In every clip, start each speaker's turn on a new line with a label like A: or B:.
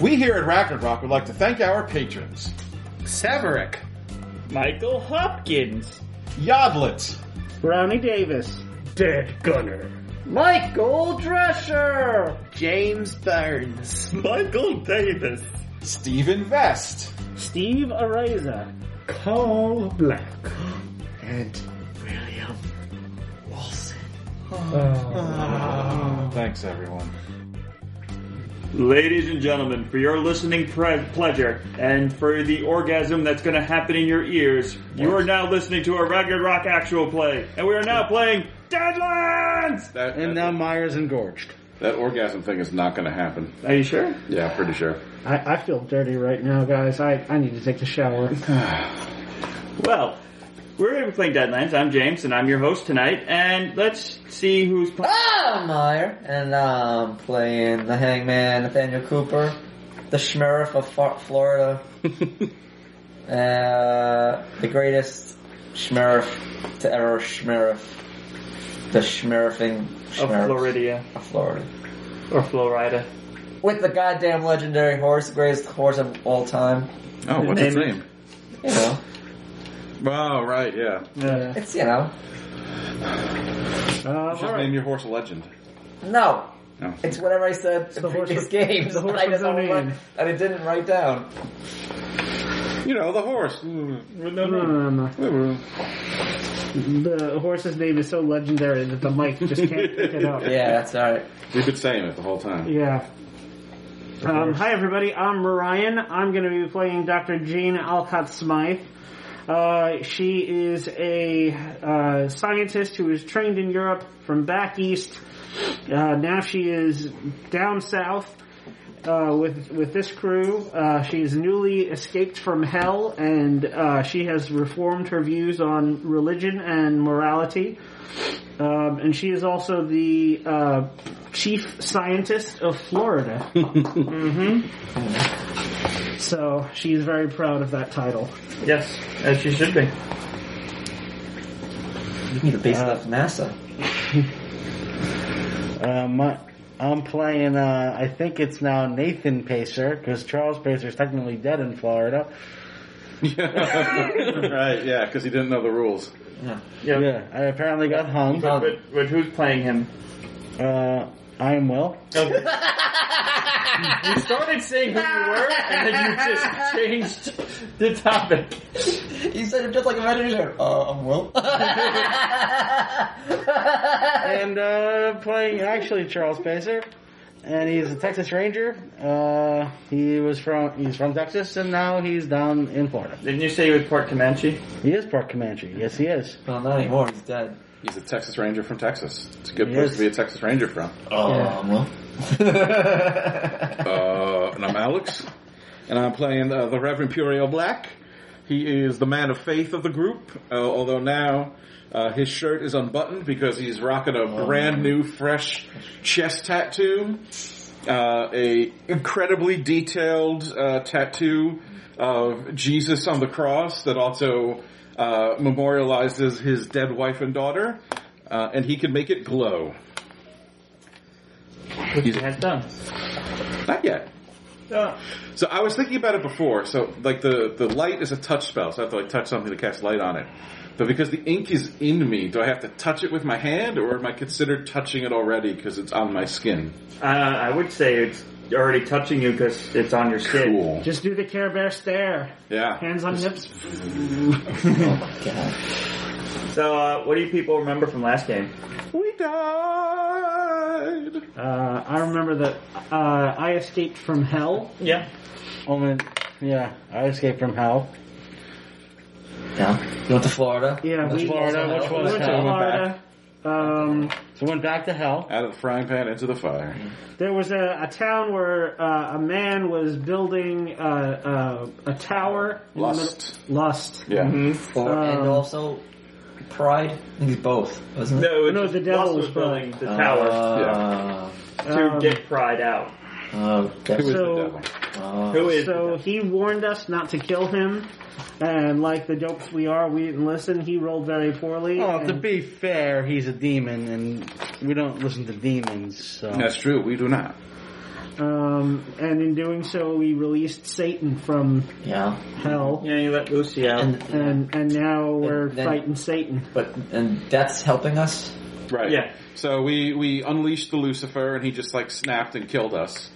A: We here at Ragnarok would like to thank our patrons
B: Severick,
C: Michael Hopkins.
A: Yodlet,
D: Brownie Davis.
E: Dead Gunner.
D: Michael Drescher.
B: James Burns,
E: Michael Davis.
A: Stephen Vest,
D: Steve Areza.
E: Carl Black.
B: and William Wilson.
E: Oh.
D: Oh.
A: Thanks, everyone.
E: Ladies and gentlemen, for your listening pre- pleasure and for the orgasm that's going to happen in your ears, you are now listening to a Ragged Rock actual play, and we are now playing Deadlands!
F: That,
B: And now
F: that,
B: Myers engorged.
F: that orgasm thing is not going to happen.
E: Are you sure?
F: Yeah, pretty sure.
D: I, I feel dirty right now, guys. I, I need to take a shower.
E: Well, we're going to be playing Deadlands. I'm James, and I'm your host tonight, and let's see who's playing.
G: I'm Meyer, and I'm playing the Hangman Nathaniel Cooper, the Sheriff of Fa- Florida, uh, the greatest Sheriff to ever Sheriff, the Sheriffing
E: Of Florida.
G: of Florida,
E: Or Florida.
G: with the goddamn legendary horse, greatest horse of all time.
F: Oh, what's his name?
G: You know,
F: Oh, right, yeah.
E: Yeah.
G: it's you know,
D: Um, all
F: Should
D: right.
F: name your horse a legend.
G: no.
F: No.
G: It's whatever I said
D: the
G: in
D: horse
G: previous
D: with-
G: games
D: the horse
G: that I,
D: with
G: didn't
D: no
G: write-
D: name.
G: that I didn't write down.
F: You know, the horse.
D: Um, the horse's name is so legendary that the mic just can't pick it up.
G: Yeah, that's alright.
F: We've been saying it the whole time.
D: Yeah. Um, hi, everybody. I'm Ryan. I'm going to be playing Dr. Jean Alcott Smythe. Uh, she is a uh, scientist who was trained in Europe from back east. Uh, now she is down south uh, with with this crew. Uh, she is newly escaped from hell, and uh, she has reformed her views on religion and morality. Um, and she is also the uh, chief scientist of Florida. hmm So she is very proud of that title.
E: Yes, as she should be.
G: You need a base of NASA.
B: Uh, my, I'm playing, uh, I think it's now Nathan Pacer, because Charles Pacer is technically dead in Florida.
F: right, yeah, because he didn't know the rules.
E: Yeah. I apparently got hung.
G: But-
E: who's playing him?
B: Uh, I am Will. you started saying who you were, and then you just changed the topic.
G: You said it just like a minute ago. Uh, I'm Will.
B: And uh, playing actually Charles Pacer, and he's a Texas Ranger. Uh, he was from he's from Texas, and now he's down in Florida.
E: Didn't you say he was part Comanche?
B: He is part Comanche. Yes, he is.
G: well, not anymore. He's dead.
F: He's a Texas Ranger from Texas. It's a good
B: He
F: place
B: is.
F: to be a Texas Ranger from.
G: Oh, I'm Will.
F: Uh, and I'm Alex, and I'm playing uh, the Reverend Puriel Black. He is the man of faith of the group, uh, although now uh, his shirt is unbuttoned because he's rocking a brand new, fresh chest tattoo, uh, a incredibly detailed uh, tattoo of Jesus on the cross that also uh, memorializes his dead wife and daughter, uh, and he can make it glow.
E: Which he has done.
F: Not yet.
E: Oh.
F: So I was thinking about it before. So like the the light is a touch spell, so I have to like touch something to cast light on it. But because the ink is in me, do I have to touch it with my hand, or am I considered touching it already because it's on my skin?
E: Uh, I would say it's already touching you because it's on your skin.
F: Cool.
D: Just do the Care Bear stare.
F: Yeah.
D: Hands on hips.
E: So, uh, what do you people remember from last game?
F: We died.
D: Uh, I remember that uh, I escaped from hell.
E: Yeah.
B: Only, yeah, I escaped from hell.
G: Yeah. You went to Florida?
D: Yeah,
G: Which
D: we-
B: Florida,
G: was
B: which
D: We
B: was
D: went to
B: hell.
D: Florida. Um,
B: So went back to hell.
F: Out of the frying pan into the fire.
D: there was a, a town where uh, a man was building uh, uh, a tower. in the
F: Lust.
D: middle- Lust.
F: Yeah.
G: Florida and
D: Um,
G: also Pride? I think it's both, wasn't it?
E: No,
D: No,
E: just
D: the devil
E: Lawson
D: was
E: building the
G: Uh,
E: tower to
D: Um,
E: get pride out.
G: Oh,
F: Who is
G: that's-
D: So-
F: the devil?
G: oh.
E: Who is?
D: So he warned us not to kill him, and like the dopes we are, we didn't listen. He rolled very poorly.
B: Well,
D: and-
B: to be fair, he's a demon, and we don't listen to demons. So
F: That's true. We do not.
D: Um, and in doing so, we released Satan from
G: Yeah.
D: hell,
E: Yeah, you let Lucy out.
G: And,
D: and and now we're
G: then-
D: fighting Satan.
G: but and death's helping us.
F: Right.
E: Yeah.
F: So we we unleashed the Lucifer, and he just like snapped and killed us.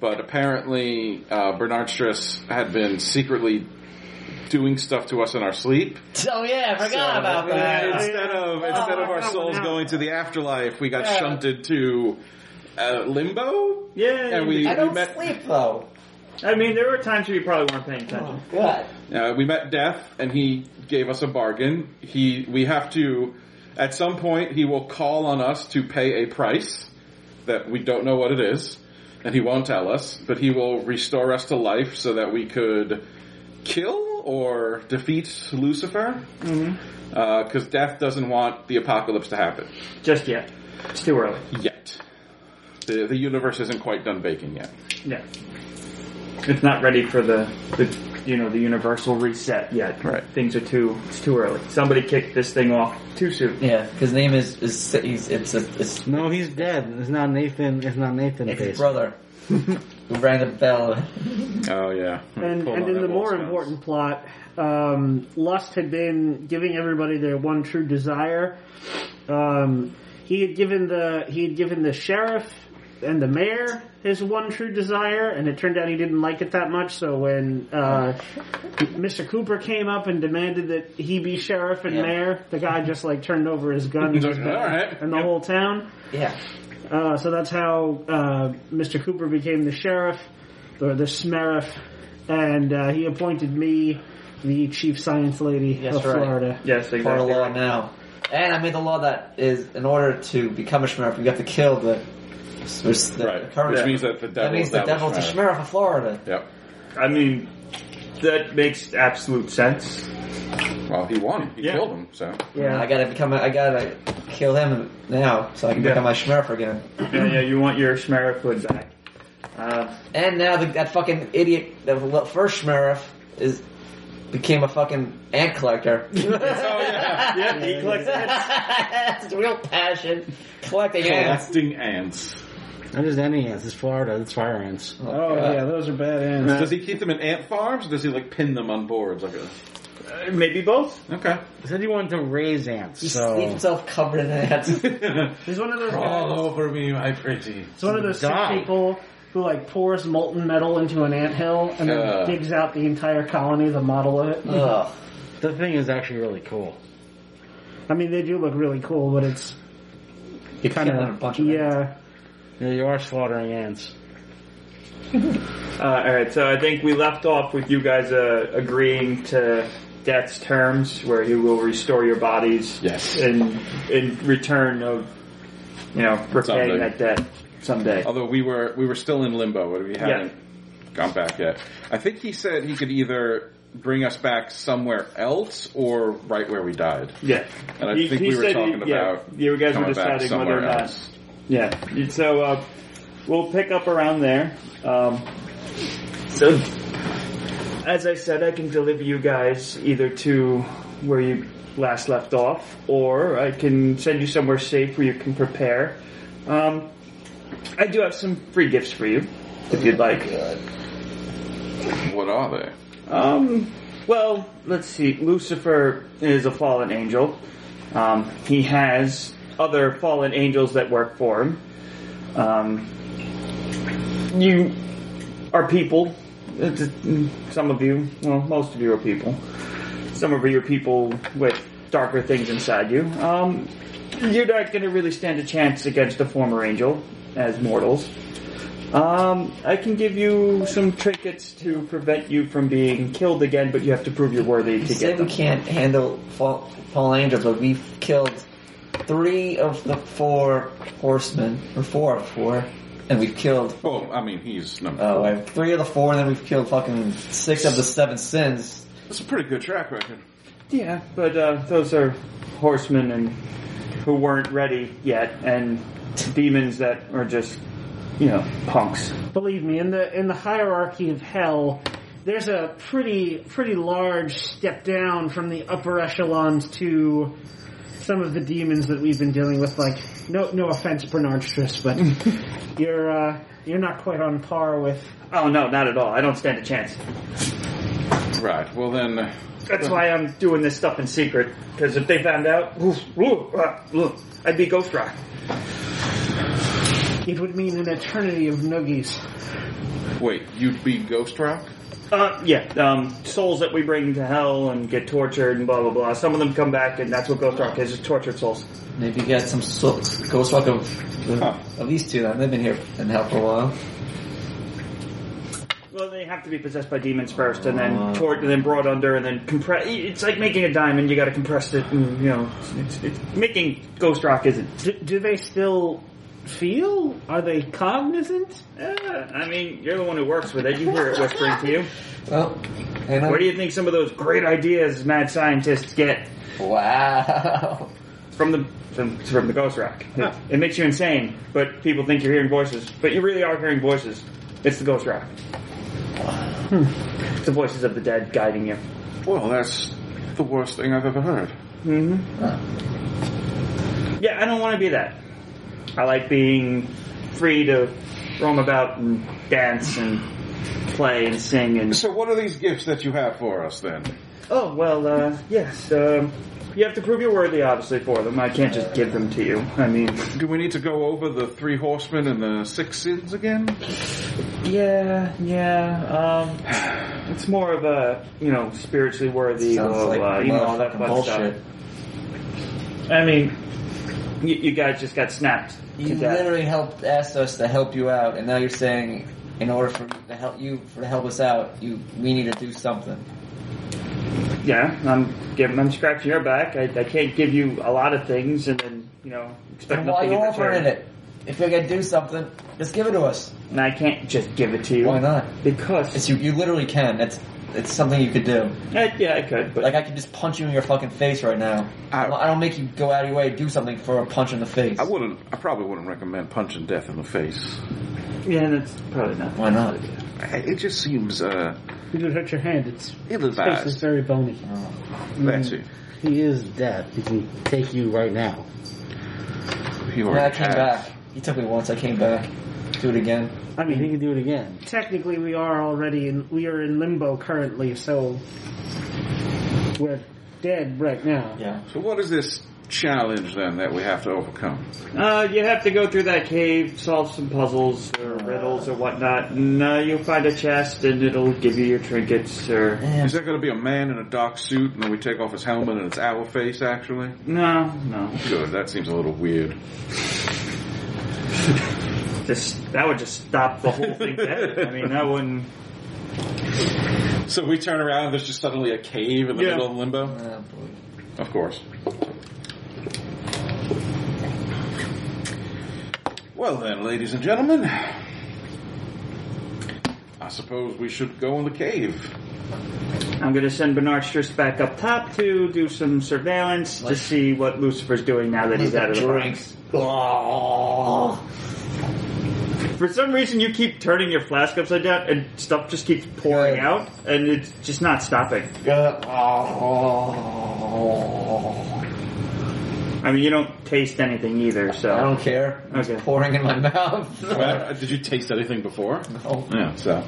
F: But apparently, uh, Bernard Stress had been secretly doing stuff to us in our sleep.
G: Oh yeah, I forgot about
F: And
G: that.
F: instead of instead of our
D: wow,
F: souls
D: wow.
F: going to the afterlife, we got shunted to uh, limbo.
E: yeah,
F: And we,
G: I
F: we
G: don't
F: met
G: sleep though.
E: I mean, there were times where you probably weren't paying attention.
G: Oh god.
F: Uh, we met Death, and he gave us a bargain. He, we have to, at some point, he will call on us to pay a price that we don't know what it is, and he won't tell us. But he will restore us to life so that we could kill or defeat Lucifer, because
D: Mm-hmm.
F: Death doesn't want the apocalypse to happen
E: Just yet. It's too early.
F: yet. The, the universe isn't quite done baking yet.
E: Yeah. It's not ready for the, the you know, the universal reset yet.
F: Right.
E: Things are too, it's too early. Somebody kicked this thing off too soon.
G: Yeah, his name is is he's, it's it's
B: No, he's dead. It's not Nathan. It's not Nathan.
G: it's his
B: Face.
G: brother who rang the bell.
F: Oh yeah,
D: And
F: Pull on
D: and in
F: that
D: the
F: wall,
D: more
F: Scott.
D: important plot, um, Lust had been giving everybody their one true desire. Um, he had given the he had given the sheriff and the mayor his one true desire, and it turned out he didn't like it that much. So when uh, Mr. Cooper came up and demanded that he be sheriff and
G: Yeah.
D: mayor, the guy just like turned over his gun
F: He's like, "All right."
D: and the whole town.
G: Yeah,
D: Uh, so that's how uh, Mr. Cooper became the sheriff, or the smeriff, and uh, he appointed me the chief science lady
G: Yes,
D: of
G: right.
D: Florida.
E: Yes,
G: for a
E: exactly.
G: law
E: Right.
G: now. And I made the law that is in order to become a sheriff, you have to kill the, the, the
F: right.
G: current.
F: Which means that the devil
G: that means
F: is
G: the devil's a sheriff of Florida.
F: Yep.
E: I mean, that makes absolute sense.
F: Well, he won. He
E: Yeah.
F: killed him. So
G: I gotta become. A, I gotta kill him now, so I can
E: Yeah.
G: become my sheriff again.
E: yeah, yeah, you want your Shmerif hood back. Uh,
G: And now the, that fucking idiot, the l- first sheriff, is became a fucking ant collector.
E: yeah, he collects that.
G: That's his real passion, collecting ants.
F: collecting ants.
B: Not just any ants. It's Florida. It's fire ants.
D: Oh
G: God.
D: yeah, those are bad ends.
F: Does he keep them in ant farms? Or does he like pin them on boards? Like a
E: Uh, Maybe both.
F: okay.
B: He said he wanted to raise ants.
G: He
B: so
G: leaves himself covered in ants.
D: He's one of those
F: All
D: guys,
F: over me, my pretty.
D: he's one of those sick
B: Die.
D: people who like pours molten metal into an anthill and then
F: Yeah.
D: digs out the entire colony, the model of it.
G: Ugh.
B: the thing is actually really cool.
D: I mean, they do look really cool, but it's
G: You
D: kind
G: a bunch
D: of
G: of ants.
D: yeah.
B: Yeah, you are slaughtering ants.
E: Uh, all right, so I think we left off with you guys uh, agreeing to Death's terms, where he will restore your bodies.
F: Yes.
E: In in return of you know repaying
F: Someday.
E: that debt someday.
F: Although we were we were still in limbo. We haven't gone back yet. I think he said he could either bring us back somewhere else or right where we died.
E: Yeah.
F: And I
E: He-
F: think
E: he
F: we were
E: said he-
F: talking
E: yeah,
F: about
E: you guys were
F: coming back
E: deciding whether or
F: somewhere
E: not.
F: else.
E: Yeah. So uh, we'll pick up around there. Um, so, as I said, I can deliver you guys either to where you last left off, or I can send you somewhere safe where you can prepare. Um, I do have some free gifts for you, if you'd like.
F: What are they?
E: Um, well, let's see. Lucifer is a fallen angel. Um, he has other fallen angels that work for him. Um, you are people. It's- Some of you, well, most of you are people. Some of you are people with darker things inside you. Um, you're not going to really stand a chance against a former angel as mortals. Um, I can give you some trinkets to prevent you from being killed again, but you have to prove you're worthy to get
G: Sim
E: them.
G: can't handle fall, fallen angels, but we've killed three of the four horsemen, or four of four, and we've killed
F: Well, I mean, he's number.
G: oh, I have three of the four, and then we've killed fucking six of the seven sins.
F: That's a pretty good track record.
E: Yeah, but uh, those are horsemen and who weren't ready yet, and demons that are just, you know, punks.
D: believe me, in the in the hierarchy of hell, there's a pretty pretty large step down from the upper echelons to some of the demons that we've been dealing with. Like, no, no offense, Bernard Striss, but you're uh, you're not quite on par with.
E: Oh no, not at all. I don't stand a chance.
F: Right. Well then, uh,
E: That's why I'm doing this stuff in secret. Because if they found out, oof, oof, ah, oof, I'd be ghost rock.
D: It would mean an eternity of noogies.
F: wait. You'd be Ghost Rock.
E: Uh, yeah, um, souls that we bring to hell and get tortured and blah blah blah. Some of them come back, and that's what ghost rock is—is tortured souls.
G: Maybe get some so- ghost walk of the,
F: Huh.
G: of these two. Then they've been here in hell for a while.
E: Well, they have to be possessed by demons first, and then tort, and then brought under, and then compress. It's like making a diamond; you got to compress it, and you know, it's, it's, making ghost rock isn't.
D: Do, do they still feel? Are they cognizant?
E: Uh, I mean, you're the one who works with it; you hear it whispering to you.
G: Well, and
E: Where
G: I'm-
E: do you think some of those great ideas mad scientists get
G: wow.
E: from the from, from the ghost rock? It makes you insane, but people think you're hearing voices, but you really are hearing voices. It's the ghost rock.
D: Hmm.
E: It's the voices of the dead guiding you.
F: Well, that's the worst thing I've ever heard.
E: Yeah, I don't want to be that. I like being free to roam about and dance and play and sing and.
F: So, what are these gifts that you have for us then?
E: Oh well, uh, yes. Um, you have to prove you're worthy, obviously, for them. I can't just give them to you. I mean,
F: Do we need to go over the three horsemen and the six sins again?
E: yeah, yeah. Um, it's more of a you know spiritually worthy,
G: Sounds
E: blah,
G: like
E: blah, you know, all
G: love
E: that
G: and
E: fun
G: bullshit.
E: stuff. I mean, you, you guys just got snapped to
G: You
E: death.
G: literally helped asked us to help you out, and now you're saying, in order for to help you for to help us out, you we need to do something.
E: Yeah, I'm giving. I'm scratching your back. I, I can't give you a lot of things, and then you know expect
G: And why
E: nothing
G: you
E: in
G: offering
E: return.
G: it? If you're gonna do something, just give it to us.
E: And I can't just give it to you.
G: Why not?
E: Because
G: It's you. You literally can. It's it's something you could do.
E: Eh, yeah, I could, but
G: Like I could just punch you in your fucking face right now.
F: I-
G: I, don't make you go out of your way to do something for a punch in the face.
F: I wouldn't. I probably wouldn't recommend punching death in the face.
E: yeah, that's probably not.
G: Why not?
F: It just seems uh,
D: You could hurt your hand. It's face is
F: ill-advised.
D: very bony.
F: That's it.
B: He is dead. He can take you right now.
F: You
G: Yeah, I
F: already
G: came
F: have.
G: back. He took me once. I came back. Do it again.
D: I
B: I mean, he
D: mean,
B: can do it again.
D: technically, we are already in we are in limbo currently, so we're dead right now.
G: Yeah.
F: So, what is this challenge then that we have to overcome?
E: Uh, you have to go through that cave, solve some puzzles or riddles or whatnot, and uh, you'll find a chest, and it'll give you your trinkets or
G: Eh.
F: Is there going to be a man in a dark suit and then we take off his helmet and it's our face actually?
E: no, no.
F: Good. That seems a little weird.
E: Just that would just stop the whole thing. Dead. I mean, that wouldn't.
F: So we turn around and there's just suddenly a cave in the
E: Yeah.
F: middle of limbo.
G: Oh, boy.
F: Of course. Well then, ladies and gentlemen, I suppose we should go in the cave.
E: I'm gonna send Bernard Striss back up top to do some surveillance to see what Lucifer's doing now that he's out of the box.
G: Oh.
E: For some reason, you keep turning your flask upside down, and stuff just keeps pouring
G: Good.
E: out, and it's just not stopping. I mean, you don't taste anything either, so
G: I don't care. It's
E: Okay.
G: pouring in my mouth.
F: Well, did you taste anything before?
G: Oh.
F: Yeah. So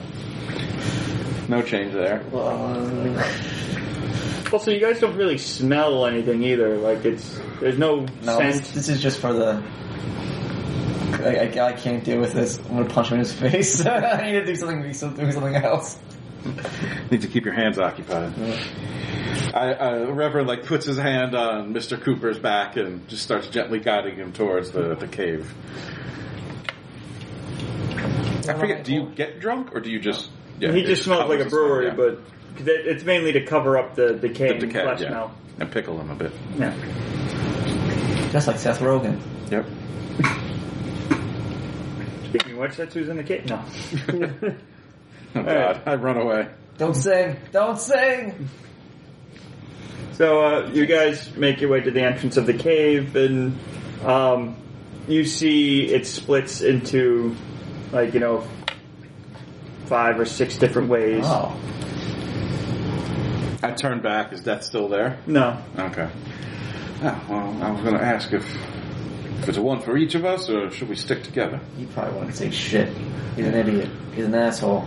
F: no change there.
E: Also, you guys don't really smell anything either. Like it's there's no,
G: no, this,
E: scent.
G: this is just for the. I, I, I can't deal with this. I'm gonna punch him in his face. I need to do something. Do something else.
F: Need to keep your hands occupied. I, I, Reverend like puts his hand on Mr. Cooper's back and just starts gently guiding him towards the, the cave. I forget. Do you get drunk or do you just? Yeah,
E: he
F: it
E: just smells
F: covers
E: like a
F: the smell,
E: brewery,
F: yeah.
E: but 'cause it, it's mainly to cover up the decay,
F: the
E: and
F: decay,
E: flesh
F: yeah.
E: smell.
F: and pickle him a bit.
E: Yeah.
G: Just like Seth Rogen.
F: Yep.
E: Speaking of which, that's who's in the cave. No.
F: Oh God! I run away.
G: Don't sing. Don't sing.
E: So uh, you guys make your way to the entrance of the cave, and um, you see it splits into like you know five or six different ways.
B: Ah.
G: Oh,
F: I turn back. Is Death still there?
E: No,
F: Okay. Oh, well, I was going to ask if if it's one for each of us, or should we stick together?
G: He probably wouldn't say shit. He's an idiot. He's an asshole.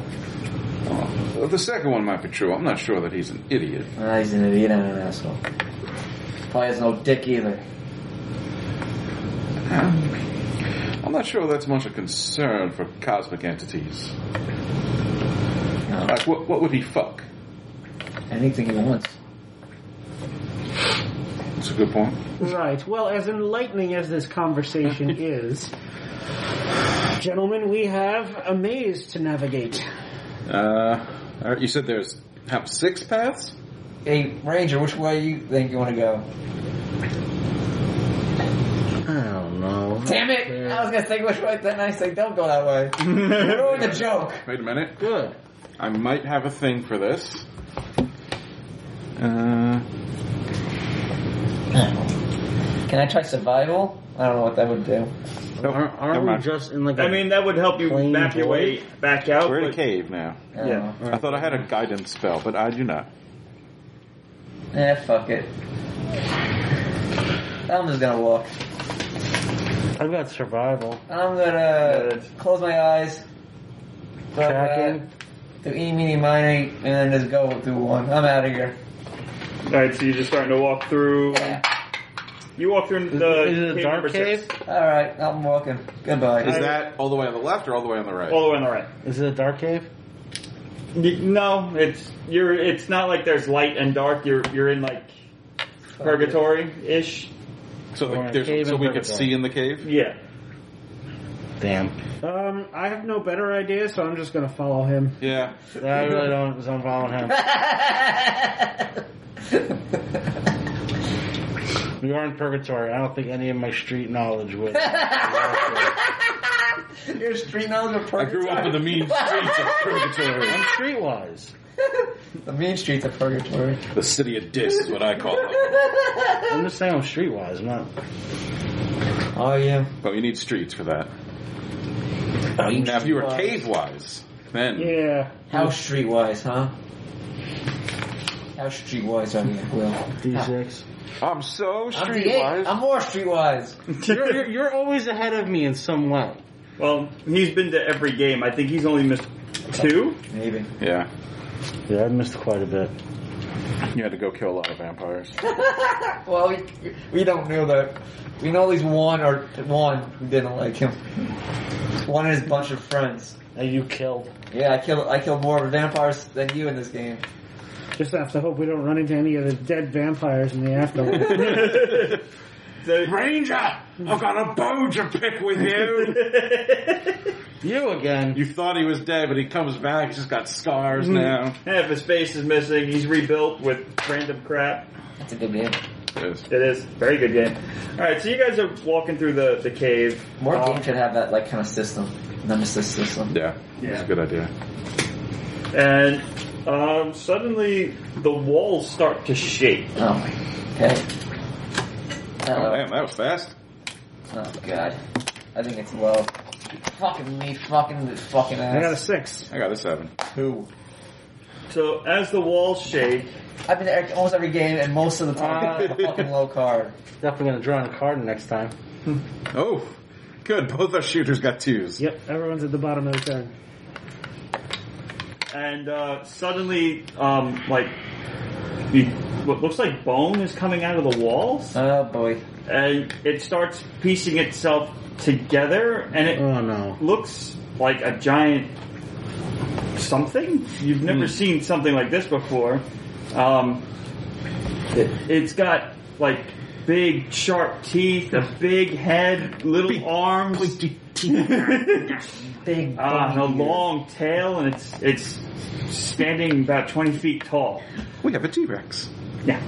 F: Well, the second one might be true. I'm not sure that he's an idiot.
G: Ah, he's an idiot and an asshole. Probably has no dick either.
F: I'm not sure that's much a concern for cosmic entities.
G: No,
F: Like, what, what would he fuck?
G: anything he wants.
F: That's a good point.
D: Right. Well, as enlightening as this conversation is, gentlemen, we have a maze to navigate.
F: Uh, all right, you said there's how six paths?
G: Hey, Ranger, which way you think you want to go?
B: I don't know.
G: Damn it! I was gonna think which way, then I say, don't go that way. You ruined the joke.
F: Wait a minute.
B: Good.
F: I might have a thing for this. Uh,
G: Can I try survival? I don't know what that would do.
B: Are,
F: Never
B: aren't we
F: mind.
B: just in like a
E: I mean, that would help you
B: Clean
E: back your way back out.
F: We're in a
E: but-
F: cave now.
G: I don't
E: Yeah.
G: know.
F: I thought I had a guidance spell, but I do not.
G: Eh, fuck it. I'm just gonna walk.
B: I've got survival.
G: I'm gonna close my eyes. But,
B: Tracking.
G: do e, meeny, miny, and then just go do one. I'm out of here.
E: All right, so you're just starting to walk through. You walk through the
B: Is it a dark
E: number six.
B: cave?
G: Alright, I'm walking. Goodbye.
F: Is that all the way on the left or all the way on the right?
E: all the way on the right.
B: Is it a dark cave?
E: Y- No, it's you're. It's not like there's light and dark. You're you're in like purgatory ish.
F: so
B: We're in
F: the,
B: a
F: there's,
B: cave
F: so
B: in
F: we could
B: purgatory.
F: see in the cave.
E: Yeah.
B: Damn.
D: Um, I have no better idea, so I'm just going to follow him.
F: Yeah.
B: I really don't. So I'm following him. We are in purgatory. I don't think any of my street knowledge would.
G: Your street knowledge of
F: I
G: purgatory.
F: grew up in the mean streets of purgatory.
B: I'm streetwise.
G: The mean streets of purgatory.
F: The city of Dis is what I call it.
B: I'm just saying I'm streetwise. I'm not.
G: Oh yeah.
F: But you need streets for that. Now, if you were cave wise, then
D: Yeah.
G: How streetwise, huh? How streetwise are you, Will?
B: D6.
F: I'm so
G: I'm the eight. I'm more streetwise.
B: You're, you're, you're always ahead of me in some way.
E: Well, he's been to every game. I think he's only missed two.
G: Maybe.
F: Yeah,
B: Yeah, I've missed quite a bit.
F: you had to go kill a lot of vampires.
G: Well, we, we don't know that. We know at least one or one who didn't like him. One of his bunch of friends.
B: And you killed.
G: Yeah, I killed. I killed more vampires than you in this game.
D: Just have to hope we don't run into any of the dead vampires in the afterlife.
F: Ranger, I've got a bone to pick with you.
B: You again.
F: you thought he was dead, but he comes back. He's just got scars now.
E: Half his face is missing. He's rebuilt with random crap.
G: That's a good game.
F: Yes.
E: It is very good game. All right, so you guys are walking through the the cave.
G: More
E: Uh,
G: games should have that like kind of system, nemesis system.
F: Yeah, that's a good idea.
E: and um, suddenly the walls start to shake.
G: Oh, okay.
F: Oh,
G: Hello.
F: damn, that was fast.
G: Oh god, I think it's low. Fucking me, fucking this fucking
D: I got a
G: ass.
D: six.
F: I got a seven.
G: Who?
E: So as the walls shake,
G: I've been to almost every game, and most of the time, it's a fucking low card.
B: Definitely gonna draw on a card next time.
F: Oh, good. Both our shooters got twos.
D: Yep, everyone's at the bottom of the turn.
E: and uh, suddenly, um, like you, what looks like bone is coming out of the walls,
G: Oh boy.
E: and it starts piecing itself together, and it
B: Oh no.
E: looks like a giant something. You've never seen something like this before. Um, it, it's got like big sharp teeth, a big head, little arms,
G: Big.
E: uh, and a
G: booty.
E: long tail, and it's it's standing about twenty feet tall.
F: We have a T Rex.
E: Yeah,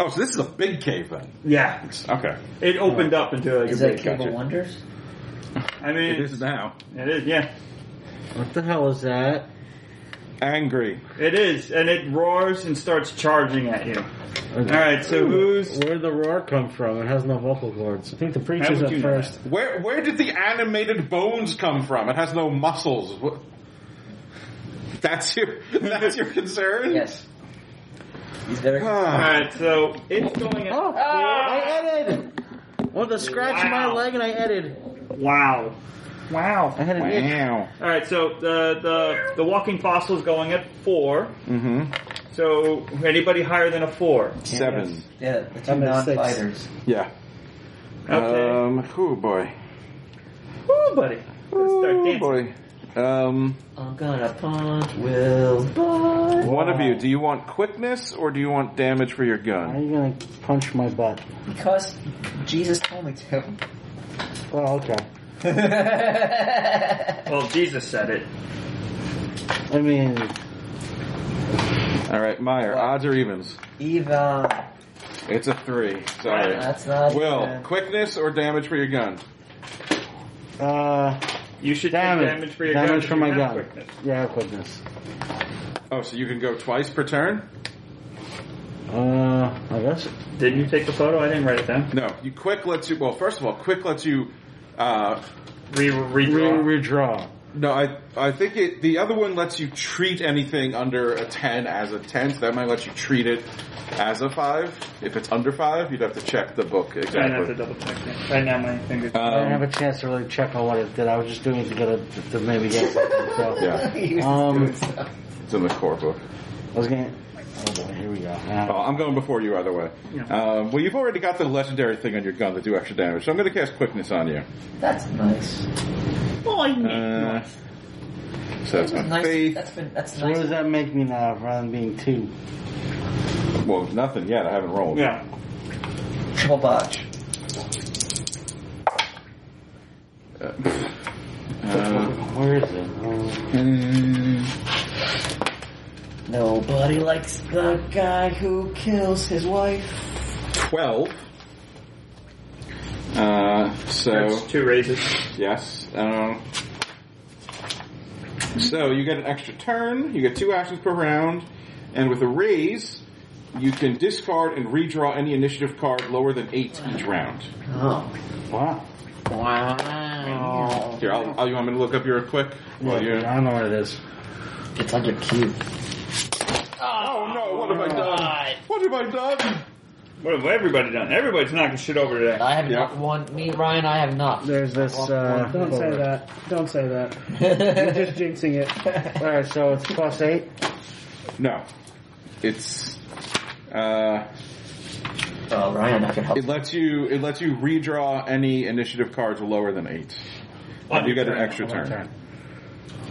F: Oh, so this is a big cave then.
E: yeah.
F: Okay,
E: It opened up into like
G: Is
E: a
G: that
E: big.
G: Cave
F: gotcha.
G: of Wonders?
E: I mean,
F: it is now.
E: It is. Yeah,
B: What the hell is that?
F: Angry.
E: it is, and it roars and starts charging at you. All right, so who's
B: Where'd the roar come from? It has no vocal cords.
D: I think the preacher's
E: would
D: up
E: you know
D: first.
F: Where where did the animated bones come from? It has no muscles. Wha- That's your that's your concern.
G: Yes. He's very.
F: Ah.
E: Alright, so it's going at.
B: Oh, I edited. Wanted to scratch my leg and I edited.
E: Wow.
D: Wow.
B: I had an itch.
F: Wow.
E: Alright, so the, the the walking fossil is going at four.
F: Mm-hmm.
E: So anybody higher than a four.
F: Seven.
G: Yeah, the two
B: I'm at six.
G: non-fighters.
F: Yeah.
E: Okay.
F: Um, oh boy.
E: Woo, buddy. Let's start
F: Oh
E: dancing.
F: boy. Um,
G: I'm gonna punch Will's butt.
F: one of you. Do you want quickness or do you want damage for your
B: Why
F: gun?
B: are you gonna punch my butt?
G: Because Jesus told me to.
B: Oh, okay.
E: Well, Jesus said it.
B: I mean,
F: All right, Meyer. Odds or evens?
G: Even.
F: It's a three. Sorry.
G: That's not.
F: Will
G: even.
F: quickness or damage for your gun?
B: uh,
E: You should
B: Damage.
E: take damage for your
B: Damage
E: gun.
B: for my
E: You have
B: gun.
E: quickness.
B: yeah, quickness.
F: Oh, so you can go twice per turn?
B: Uh, I guess.
E: Didn't you take the photo? I didn't write it down.
F: No. You quick lets you. Well, first of all, quick lets you. Uh,
E: Re-
B: Re-
E: redraw.
B: redraw.
F: no, I I think it, the other one lets you treat anything under a ten as a ten. So that might let you treat it as a five. If it's under five, you'd have to check the book
E: I have to
F: exactly.
E: double check that. Right now my fingers.
B: I didn't have
F: Um,
B: a chance to really check on what it did. I was just doing it to get a, to maybe get something. So
F: yeah,
G: He was
B: Um,
G: doing stuff.
F: it's in the core book.
B: I was gonna. Oh boy, here we go.
F: Oh,
B: Uh,
F: I'm going before you either way. Um, well, you've already got the legendary thing on your gun that do extra damage, so I'm going to cast quickness on you.
G: That's nice.
F: Uh, so that's my
G: nice.
F: faith.
G: That's been. That's
B: so what
G: nice.
B: does that make me now, rather than being two?
F: Well, nothing yet. I haven't rolled.
E: Yeah.
G: Triple botch.
F: Uh,
B: Where is it? Uh,
G: Nobody likes the guy who kills his wife.
F: Twelve. Uh,
E: That's
F: so
E: two raises.
F: yes. Um, so you get an extra turn. You get two actions per round, and with a raise, you can discard and redraw any initiative card lower than eight each round.
G: Oh.
B: wow.
G: Wow.
F: Here, I'll, I'll, you want me to look up your quick? Well, you.
B: Yeah, I don't know what it is.
G: It's on your cube.
F: Oh no! What have I done? What have I done?
E: What have everybody done? Everybody's knocking shit over today.
G: I have
F: Yeah.
G: not won. Me, Ryan, I have not.
B: There's this. Uh,
D: Don't say
B: folder.
D: that. Don't say that. You're just jinxing it.
B: All right, so it's plus eight.
F: No, it's. Uh,
G: oh, Ryan, I can help.
F: It lets you it lets you redraw any initiative cards lower than eight. And you get an extra
B: One
F: turn.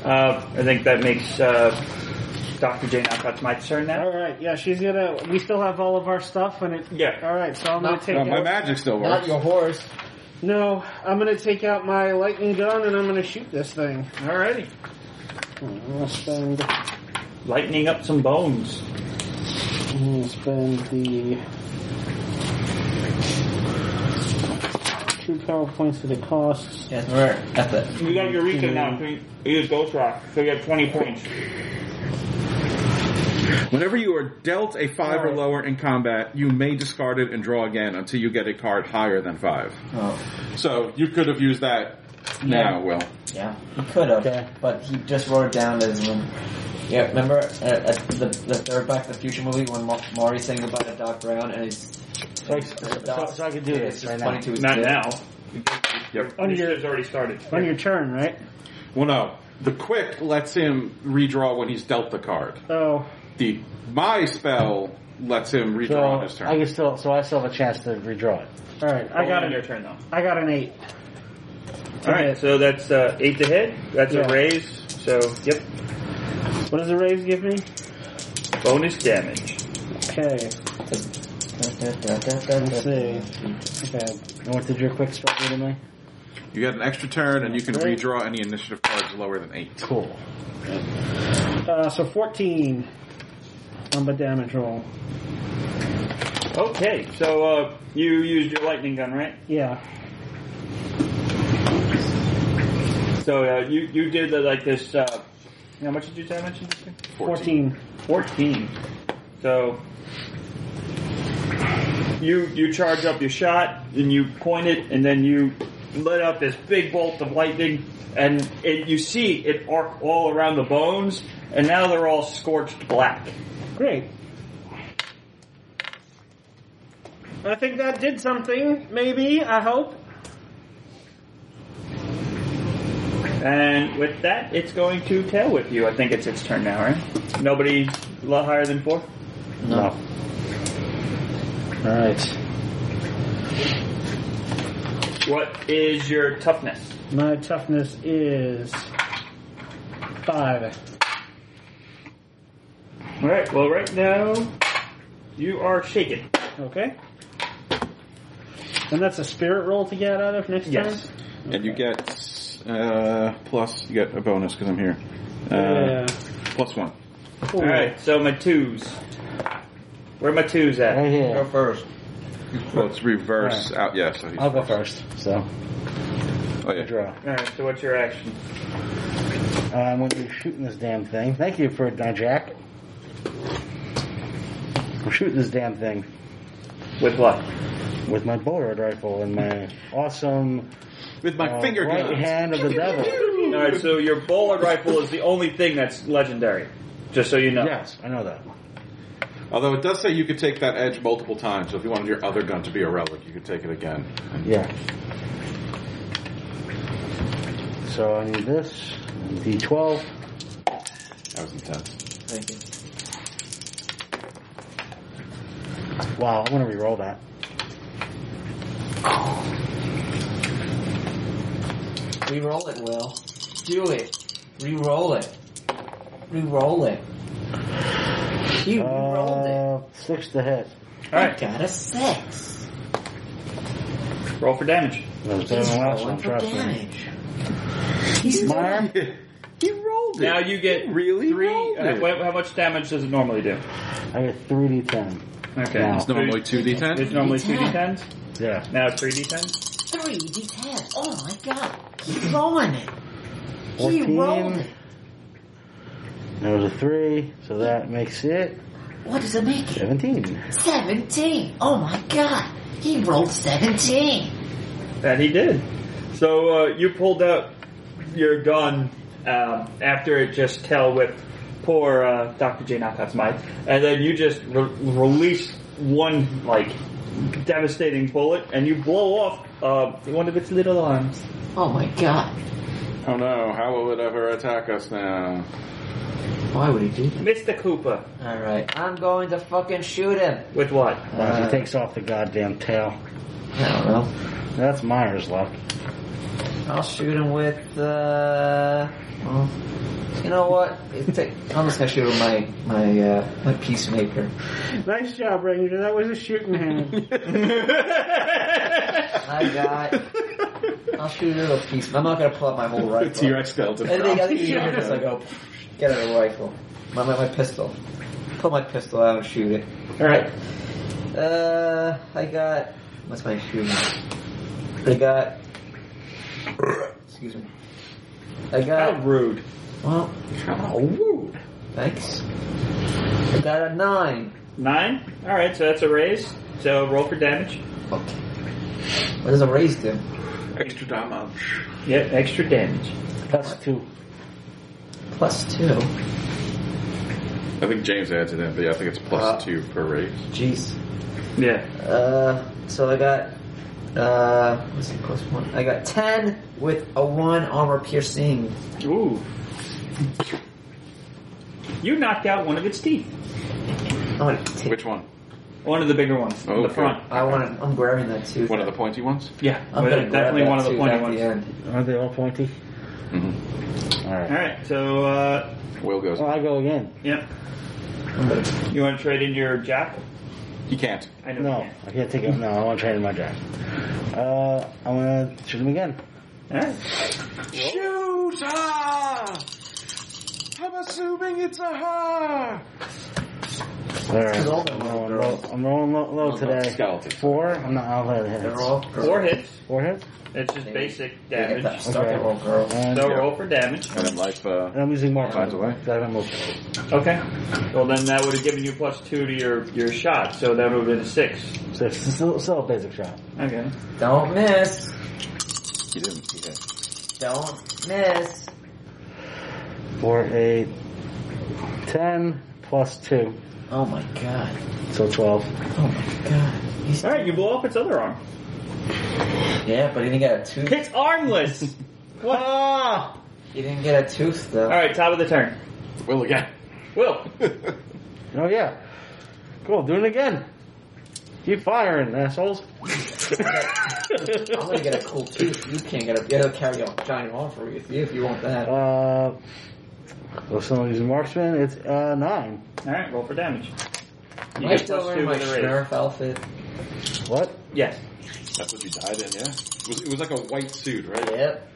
E: Uh, I think that makes uh, Dr. Jane Alcott's my turn now.
D: All right. Yeah, she's gonna. We still have all of our stuff, and it.
E: Yeah.
D: All right. So I'm gonna
G: No.
D: take.
F: No, my
D: out-
F: magic still
G: Not
F: works.
G: your horse.
D: No, I'm gonna take out my lightning gun and I'm gonna shoot this thing.
E: Alrighty.
D: I'm gonna spend, I'm
E: Lightening up some bones.
D: gonna spend the two power points that it costs.
G: Yes, we're at the.
E: You got Eureka now. So you you use Ghost Rock, so you have 20 points.
F: Whenever you are dealt a five or
D: Alright.
F: lower in combat, you may discard it and draw again until you get a card higher than five.
G: Oh,
F: So you could have used that now, Will.
G: yeah. He could have,
B: Okay.
G: but he just wrote it down as when. Yeah, remember uh, at the, the third Back to the Future movie when Ma- Marty sang about a Doc Brown and he's.
B: So, so, so I can do this right now.
G: 22 is
E: Not
G: dead.
E: now.
F: Yep.
E: Initiative's already started.
D: On your turn, right?
F: Well no. The quick lets him redraw when he's dealt the card.
D: Oh,
F: The my spell lets him redraw
B: So
F: on his turn.
B: I can still. So I still have a chance to redraw it.
D: all right. I
E: I
D: got
E: got on
D: an
E: your turn though.
D: I got an eight.
E: Alright, so that's uh, 8 to hit. That's
D: Yeah.
E: a raise. So, yep.
D: What does the raise give me?
E: Bonus damage.
D: Okay. Let's see. Okay.
B: And what did your quick spell do to me?
F: You get an extra turn and you can redraw any initiative cards lower than eight.
B: Cool.
D: Uh, so 14 on the damage roll.
E: Okay, so uh, you used your lightning gun, right?
D: Yeah.
E: So uh, you you did the, like this. Uh, how much did you damage?
D: 14.
E: Fourteen. So you you charge up your shot and you point it and then you let out this big bolt of lightning and it, you see it arc all around the bones and now they're all scorched black.
D: Great. I think that did something, maybe, I hope.
E: And with that, it's going to tail whip you. I think it's its turn now, right? Nobody's a lot higher than four?
G: No.
B: Alright.
E: What is your toughness?
D: My toughness is five.
E: Alright, well, right now, you are shaken.
D: Okay. And that's a spirit roll to get out of next
E: Yes.
D: time?
F: And you get uh, plus you get a bonus because I'm here. Uh,
D: Yeah.
F: plus one.
E: Alright, so my twos. Where are my twos at?
B: Right
G: Go
B: here.
G: first.
F: Well, it's reverse out. Yeah. So he's,
B: I'll go first. So,
F: oh yeah.
B: draw. Uh,
E: Alright, so what's your action?
B: I'm going to be shooting this damn thing. Thank you for it, Jack. I'm shooting this damn thing
E: With what?
B: with my bullard rifle and my awesome
F: With my
B: uh,
F: finger
B: right
F: guns.
B: hand of the devil.
E: Alright, so your bowler rifle is the only thing that's legendary. Just so you know.
B: Yes, I know that.
F: Although it does say you could take that edge multiple times. So if you wanted your other gun to be a relic, you could take it again.
B: Yeah. So I need this and D12.
F: That was intense.
G: Thank you.
B: Wow, I want to re-roll that.
G: Reroll it, Will. Do it. Reroll it. Reroll it. You rerolled
B: Uh, six to hit.
G: it. I
E: Alright,
G: got a six.
E: roll for damage.
B: That was better than last
G: rolling
B: one,
G: for
B: trust me.
G: damage. He's
B: Meyer?
F: He rolled it.
E: Now you get
F: really
E: three.
F: rolled
E: uh,
F: it.
E: wha- how much damage does it normally do?
B: I get 3D10.
E: Okay.
B: Wow.
F: It's normally two d10.
E: It's normally two
G: D10.
E: d10s.
B: Yeah.
E: Now it's three d10s.
G: three d10. Oh my god. He's rolling it. He
B: 14.
G: rolled it.
B: That was a 3, so that makes it
G: What does it make it?
B: 17.
G: 17. Oh my god. He rolled 17.
E: That he did. So uh, you pulled out your gun um, after it just tail whipped poor uh, Dr. J. Not that's mine. And then you just re- release one like devastating bullet, and you blow off uh, one of its little arms.
G: Oh my god.
F: Oh no! How will it ever attack us now?
G: Why would he do that?
E: Mr. Cooper,
G: Alright, I'm going to fucking shoot him.
E: with what?
B: Wow,
G: Uh,
B: he takes off the goddamn tail.
G: I don't know.
B: That's Myers' luck.
G: I'll shoot him with, uh. Well, you know what? It ta- I'm just gonna shoot him with my, my, uh, my peacemaker.
D: Nice job, Ranger. That was a shooting hand.
G: I got. I'll shoot him with a piece. I'm not gonna pull out my whole
F: The T
G: rifle.
F: Rex skeleton.
G: I think I think you hear this. I go, oh, get out of the rifle. My, my, my pistol. Pull my pistol out and shoot it.
E: Alright.
G: Uh, I got. What's my shooting? I got. Excuse me. I
E: How
G: got.
E: rude.
G: Well. Thanks. I got a nine.
E: Nine? Alright, so that's a raise. So roll for damage.
G: Okay. What does a raise do?
F: Extra damage.
E: Yep, extra damage.
B: Plus 2.
G: Plus two.
F: I think James adds it in, but yeah, I think it's plus
G: Uh,
F: two per raise.
G: Jeez.
E: Yeah.
G: Uh, so I got. Uh, let's see, plus one. I got ten with a one armor piercing.
E: Ooh. You knocked out one of its teeth.
G: I'm gonna take.
F: Which one?
E: One of the bigger ones. in The
F: Okay.
E: front.
G: I want. to I'm grabbing that too.
F: One of the pointy ones.
E: Yeah.
G: I'm gonna grab
E: definitely
G: that
E: one of the
G: too
E: pointy
G: at
E: ones.
G: The end.
B: Aren't they all pointy?
F: Mm-hmm.
B: Alright.
E: Alright, so, uh,
F: Will goes.
B: Well, I go again.
E: yeah.
G: I'm gonna
E: You want to trade in your jack?
F: He can't.
E: I know.
B: No, I can't take it. No, I want to trade in my draft. Uh, I'm going to shoot him again.
E: Alright.
F: Shoot! I'm assuming it's a ha.
B: Alright.
G: Cause all the
B: I'm rolling
G: girls-
B: low, I'm rolling low, low today.
F: Skeleton.
B: Four? I'm not, I'll let it hit.
G: They're all girls.
E: Four hits.
B: Four hits?
E: It's just
G: Maybe.
E: basic
G: They get that
E: damage.
G: stuff, they're all girls.
B: And,
E: So roll for damage.
F: And then life. Uh,
B: and I'm using more
F: Finds a way.
B: I haven't moved.
E: Okay. Well, then that would have given you plus two to your, your shot, so that would have been a six.
B: So it's still, still a basic shot.
E: Okay.
G: Don't miss.
F: he didn't. He hit.
G: Don't miss.
B: Four, eight, ten, plus two.
G: Oh my god.
B: So 12.
G: Oh my god. He's,
E: All right, you blow up its other arm.
G: yeah, but he didn't get a tooth.
E: It's armless.
G: He didn't get a tooth though.
E: All right, top of the turn.
F: Will again.
E: Will.
B: Oh, yeah. Cool, doing it again. Keep firing, assholes.
G: I'm gonna get a cool tooth. You can't get a. You gotta carry a giant arm for you if you, if you want that.
B: Uh, so somebody's a marksman. It's uh, 9.
E: All right, roll for damage. You
G: Am I
E: get
G: still
E: plus
G: wearing
E: two
G: my
E: with the raise.
G: Nerf outfit?
B: What?
E: Yes.
F: That's what you died in, yeah. It was, it was like a white suit, right?
G: Yep.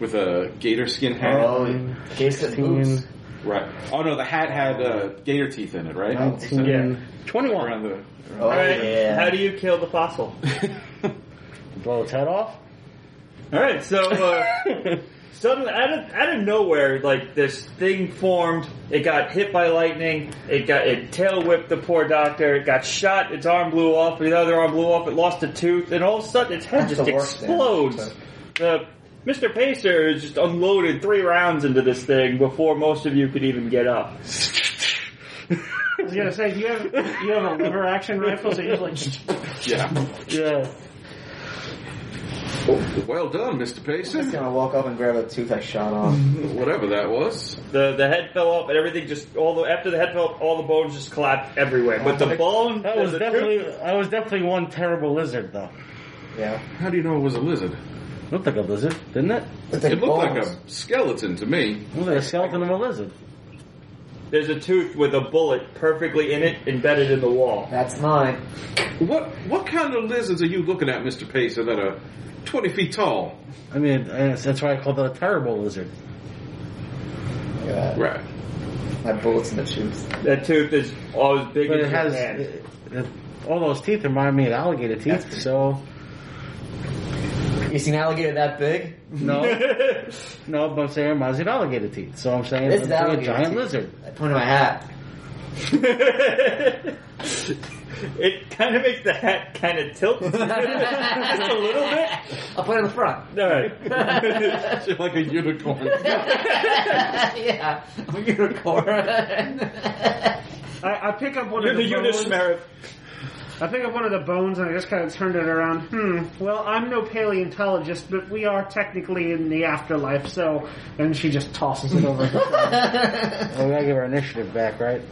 F: With a gator skin hat.
G: Oh, Jason boots.
F: Right. Oh no, the hat had uh, gator teeth in it, right?
B: 19,
E: Yeah.
B: 21.
F: Around the.
G: Oh
E: All right. How
G: yeah.
E: do you kill the fossil?
B: Blow its head off.
E: All right, so uh, suddenly, out of, out of nowhere, like this thing formed. It got hit by lightning. It got it tail whipped the poor doctor. It got shot. Its arm blew off. The other arm blew off. It lost a tooth, and all of a sudden, its head
G: That's
E: just
G: the worst damage,
E: explodes. The Mr. Pacer is just unloaded three rounds into this thing before most of you could even get up.
D: I was gonna say, do you have you have a lever action rifle? So you just like
F: Yeah.
B: Yeah.
F: Well done, Mr.
G: He's
F: Payson.
G: gonna walk up and grab a tooth I shot off.
E: Mm-hmm.
F: Whatever that was.
E: The the head fell off, and everything just all the after the head fell off, all the bones just collapsed everywhere. But the bone
B: That was
E: the tooth-
B: definitely that was definitely one terrible lizard though.
G: Yeah.
F: How do you know it was a lizard?
B: Looked like a lizard, didn't it?
F: It looked like a skeleton to me.
B: Looked like a skeleton of a lizard.
E: There's a tooth with a bullet perfectly in it, embedded in the wall.
G: That's nine.
F: What what kind of lizards are you looking at, Mr. Pacer, that are 20 feet tall?
B: I mean, uh, that's why I called it a terrible lizard.
G: Yeah.
F: Right.
G: My bullets in the tooth.
E: That tooth is all as big
B: But
E: as
B: it has
E: your hand.
B: it- it- all those teeth remind me of alligator teeth. So
G: You see an alligator that big?
B: no, no, but I'm saying it reminds me of alligator teeth. So I'm saying
G: This
B: it's
G: is
B: a
G: alligator
B: giant
G: teeth.
B: lizard.
G: I point to my hat.
E: it kind of makes the hat kind of tilt just a little bit.
G: I'll put it in the front.
E: All right.
F: You're like a unicorn.
G: yeah, I'm a unicorn.
D: I, I pick up one
E: You're
D: of
E: the
D: the,
E: Eunice
D: bones.
E: Merritt.
D: I pick up one of the bones and I just kind of turned it around. Hmm. Well, I'm no paleontologist, but we are technically in the afterlife, so. And she just tosses it over.
B: Well, we gotta give our initiative back, right?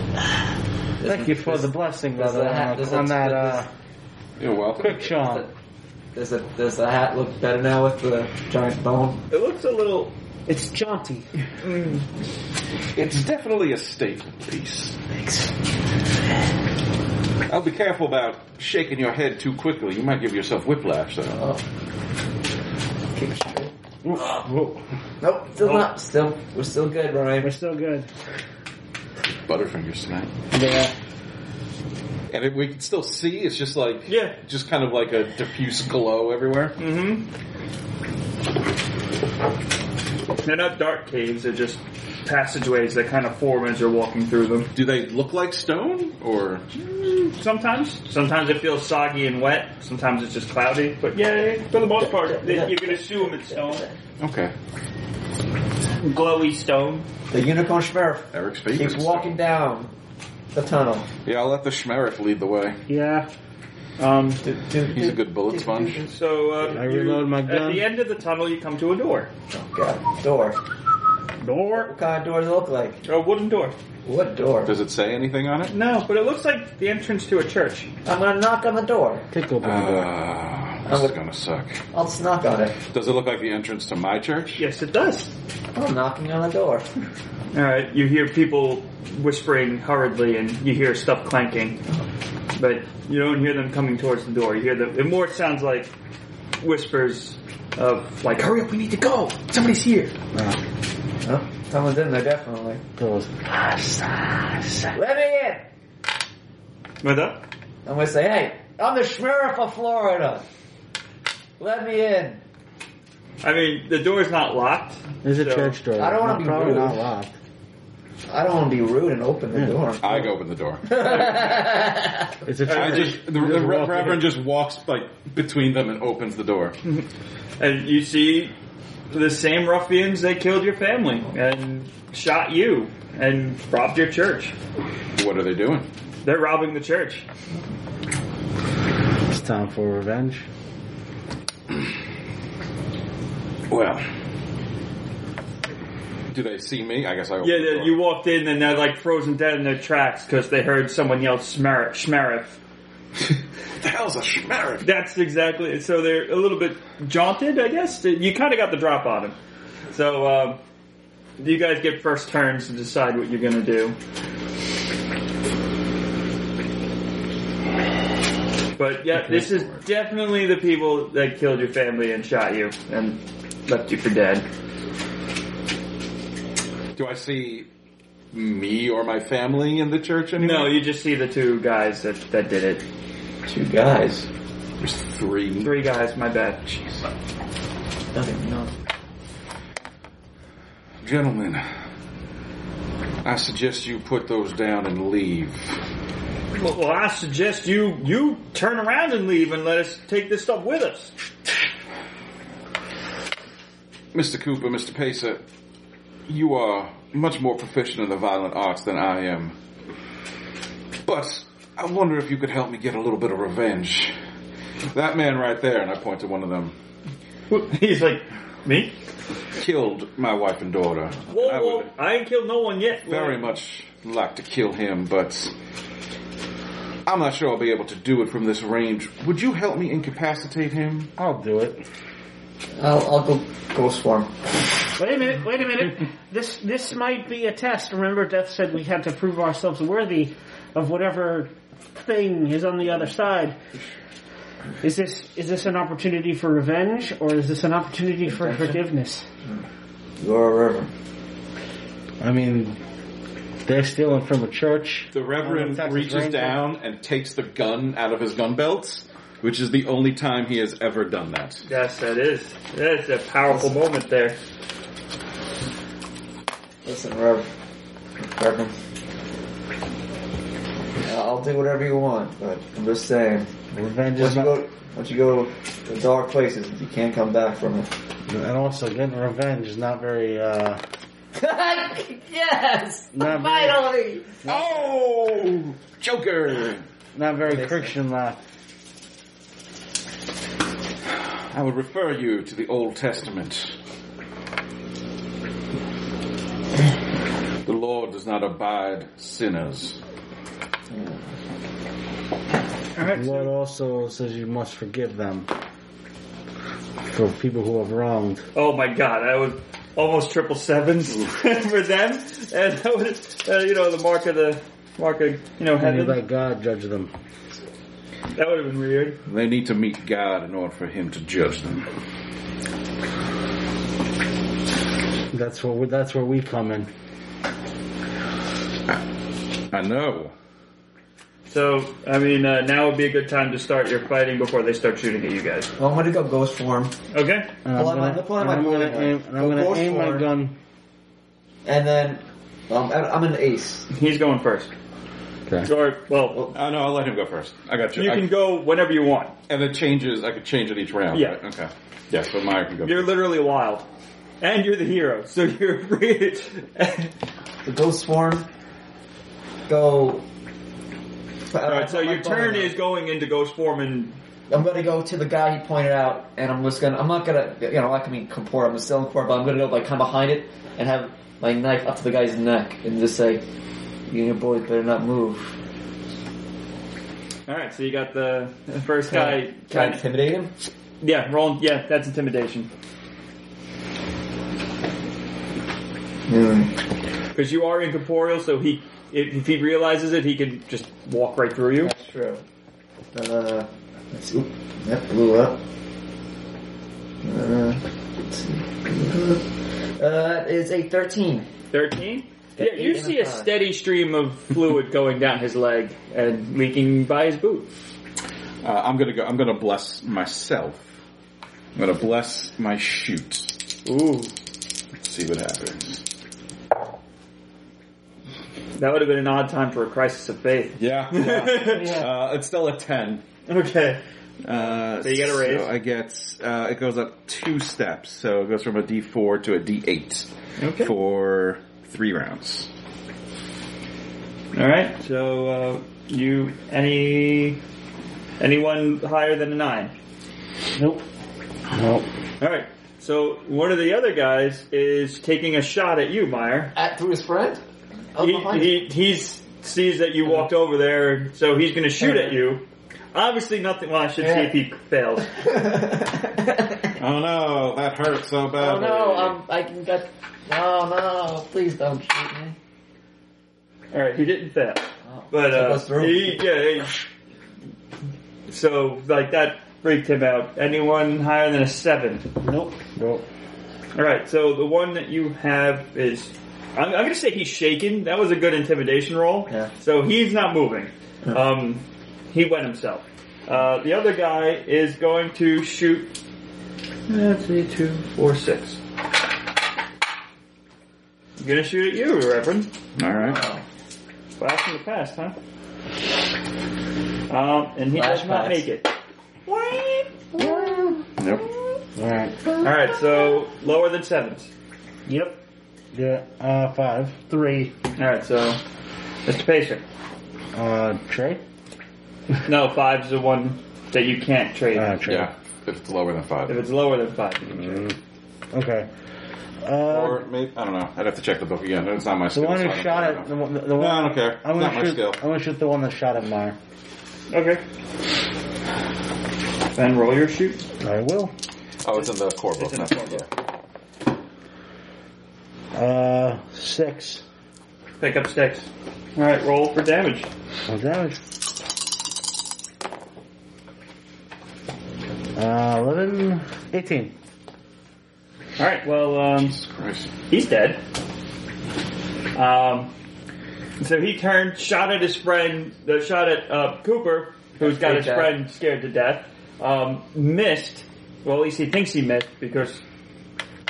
B: Thank you for the blessing,
G: does
B: brother,
G: the hat-
B: on,
G: does
B: on
G: it-
B: that uh,
G: does-
F: You're welcome.
B: quick Sean.
G: Um, does the does the hat look better now with the giant bone?
E: It looks a little.
D: it's jaunty.
F: It's definitely a statement piece. Thanks. I'll be careful about shaking your head too quickly. You might give yourself whiplash, though.
G: Oh. Keep it straight. Nope, still not. Still, we're still good,
D: We're
G: Ryan.
D: still good.
F: Butterfinger snap.
G: Yeah.
F: And it, we can still see, it's just like,
E: Yeah.
F: just kind of like a diffuse glow everywhere.
E: Mm-hmm. They're not dark caves. They're just passageways that kind of form as you're walking through them.
F: Do they look like stone? Or.
E: Sometimes. Sometimes it feels soggy and wet. Sometimes it's just cloudy. But yeah, for the most part, they- you can assume it's stone.
F: Okay.
E: Glowy stone.
G: The unicorn sheriff
F: Eric's favorite.
G: keeps walking down the tunnel.
F: Yeah, I'll let the Schmerif lead the way.
D: Yeah.
E: Um,
G: Do- do-
F: He's a
G: do-
F: good bullet sponge.
E: so uh,
B: I
E: you-
B: reload my
E: At
B: gun.
E: the end of the tunnel, you come to a door,
G: Oh god, door.
D: Door.
G: What kind of door does it look like?
E: a wooden door.
G: What door?
F: Does it say anything on it?
E: No, but it looks like the entrance to a church.
G: I'm gonna knock on the door.
B: Tickle
F: Uh,
A: Uh,
F: this is gonna suck.
G: I'll just knock on it.
F: Does it look like the entrance to my church?
E: Yes, it does.
G: I'm knocking on the door.
E: All right, you hear people whispering hurriedly, and you hear stuff clanking, but you don't hear them coming towards the door. You hear them. It more sounds like whispers of like, "Hurry up, we need to go. Somebody's here."
G: Huh? Someone's in there, definitely.
B: goes.
G: Let me in!
E: What up?
G: I'm gonna say, hey, I'm the sheriff of Florida. Let me in.
E: I mean, the door's not locked.
B: There's a
E: So-
B: church door.
G: I don't wanna be
B: probably
G: rude.
B: not locked.
G: I don't want to be rude and open
F: Hmm.
G: the door.
F: I go open the door.
B: It's a church.
F: I just the, the re- reverend just walks like between them and opens the door.
E: And you see the same ruffians that killed your family and shot you and robbed your church.
A: What are they doing?
E: They're robbing the church.
B: It's time for revenge.
A: Well, do they see me? I guess I. open
E: Yeah,
A: the
E: they,
A: door.
E: you walked in and they're like frozen dead in their tracks because they heard someone yell "Schmerif!" Schmerif.
A: What the hell's a schmarrick?
E: That's exactly. So they're a little bit jaunted, I guess. You kind of got the drop on them. So um, you guys get first turns to decide what you're going to do. But yeah, this is definitely the people that killed your family and shot you and left you for dead.
A: Do I see me or my family in the church anymore?
E: No, you just see the two guys that, that did it.
G: Two guys.
A: There's three.
E: Three guys, my bad.
G: Nothing, no.
A: Gentlemen, I suggest you put those down and leave.
E: Well, well, I suggest you you turn around and leave and let us take this stuff with us.
A: Mr. Cooper, Mr. Pacer, you are much more proficient in the violent arts than I am. But I wonder if you could help me get a little bit of revenge. That man right there, and I point to one of them,
E: He's like, me?
A: killed my wife and daughter.
E: Whoa,
A: I
E: whoa!
A: would
E: I ain't killed no one yet.
A: very much like to kill him, but I'm not sure I'll be able to do it from this range. Would you help me incapacitate him?
B: I'll do it.
G: I'll, I'll go ghost form.
D: Wait a minute, wait a minute. This this might be a test. Remember, Death said we had to prove ourselves worthy of whatever thing is on the other side. Is this is this an opportunity for revenge or is this an opportunity for forgiveness?
G: You're a river.
B: I mean, they're stealing from a church.
A: The
B: Oh,
A: Reverend
B: Texas
A: reaches
B: Ranger.
A: down and takes the gun out of his gun belt, which is the only time he has ever done that.
E: Yes, that is. That is a powerful moment there.
G: Listen, Rev. Reverend. I'll do whatever you want, but I'm just saying.
B: Revenge
G: Once
B: is
G: you
B: not,
G: go, once you go to dark places, you can't come back from it.
B: and also getting revenge is not very. uh
G: yes!
B: Not very-
G: Finally!
A: Oh, Joker!
B: Not very Christian laugh.
A: I would refer you to the Old Testament. The Lord does not abide sinners.
B: The Lord also says you must forgive them for people who have wronged.
E: Oh my god, I was almost triple sevens for them, and that was uh, you know the mark of the mark of you know
B: And you
E: heaven.
B: let God judge them.
E: that would have been weird.
A: They need to meet God in order for Him to judge them.
B: That's where we, that's where we come in.
A: I know.
E: So I mean, uh, now would be a good time to start your fighting before they start shooting at you guys.
G: Well, I'm gonna go ghost form.
E: Okay.
B: And
G: Pull out
B: I'm
G: my-
B: gonna,
G: pull out
B: and
G: my
B: I'm gonna
G: bowling
B: aim,
G: gun.
B: and I'm gonna
G: Go
B: aim my
G: forward.
B: gun.
G: And then, um, I- I'm an ace.
E: He's going first.
B: Okay.
E: Or well,
A: I know. I'll let him go first. I got you.
E: you
A: I-
E: can go whenever you want.
A: and it changes. I could change it each round.
E: Yeah.
A: Right? Okay. Yeah. So Meyer can go.
E: You're literally wild, and you're the hero, so you're free.
G: The ghost form. Go.
E: All right, so your turn is going into ghost form, and
G: I'm gonna go to the guy he pointed out, and I'm just gonna. I'm not gonna. You know, I can be Kampor. I'm still in Kampor, but I'm gonna go like kind of behind it and have my knife up to the guy's neck and just say, "You and your boys better not move."
E: all right, so you got the the first guy.
G: Can I intimidate him?
E: yeah, roll. Yeah, that's intimidation because you are incorporeal, so he if, if he realizes it, he can just walk right through you.
G: That's true. Uh, let's oop, that blew up. Uh, let's see. Uh, it's a 13.
E: Thirteen.
G: Yeah,
E: Yeah, you
G: eight
E: see
G: and
E: a
G: a five.
E: steady stream of fluid going down his leg and leaking by his boot.
A: Uh, I'm gonna go. I'm gonna bless myself. I'm gonna bless my shoot.
E: Ooh,
A: Let's see what happens.
E: that would have been an odd time for a crisis of faith.
A: Yeah. yeah. uh, it's still a ten.
E: Okay.
F: Uh,
E: So you get a raise.
F: so I get uh, it goes up two steps, so it goes from a D4 to a D8
E: Okay.
F: for three rounds.
E: All right. So uh, you any anyone higher than a nine?
B: Nope. Nope.
E: All right. So one of the other guys is taking a shot at you, Meyer.
G: At through his friend. Up
E: He
G: behind him.
E: he he's, sees that you walked over there, so he's going to shoot at you. Obviously, nothing. Well, I should see if he fails.
F: Oh no, that hurts so
G: oh
F: bad.
G: no! I'm, I can get. No, no! Please don't shoot me.
E: All right, he didn't fail,
G: Oh,
E: but
G: so it
E: uh,
G: goes through.
E: he, yeah. he- so like that freaked him out. Anyone higher than a seven?
B: Nope. Nope.
E: All right, so the one that you have is. I'm, I'm going to say he's shaken. That was a good intimidation roll.
G: Yeah.
E: So he's not moving. Um, he went himself. Uh, the other guy is going to shoot. Let's see, two, four, six. I'm going to shoot at you, Reverend.
F: All right.
E: Flash from the past, huh? Um, and he does
G: Flash
E: not make
G: past.
E: it.
F: Nope.
B: All right.
E: All right, so lower than sevens.
D: Yep.
B: Yeah. Uh, five, three.
E: All right, so Mr. Pacer.
B: Uh, Trey.
E: No, five's the one that you can't trade.
B: Uh, Trey.
A: Yeah, if it's lower than
E: If
A: five.
E: it's lower than five, you can trade.
B: Okay. Uh,
A: Or maybe, I don't know. I'd have to check the book again. It's not my
B: the
A: skill.
B: one
A: so I
B: who
A: don't-
B: shot
A: I don't
B: at the
A: know.
B: one. The, the
A: No,
B: one
A: I don't care.
B: I'm
A: not
B: gonna
A: my
B: shoot.
A: skill.
B: I'm gonna shoot the one that shot at Meyer.
E: Okay. Then roll your shoot.
B: I will.
A: Oh, it's in the core book.
E: It's in the
A: not-
E: core book.
A: yeah.
B: Uh, six.
E: Pick up six. All right, roll for damage.
B: No damage. Uh, 11, 18.
E: All right, well, um,
A: Christ.
E: he's dead. Um, so he turned, shot at his friend, uh, shot at uh, Cooper, who's got his
G: Scared to
E: friend scared to death. Um, missed. Well, at least he thinks he missed because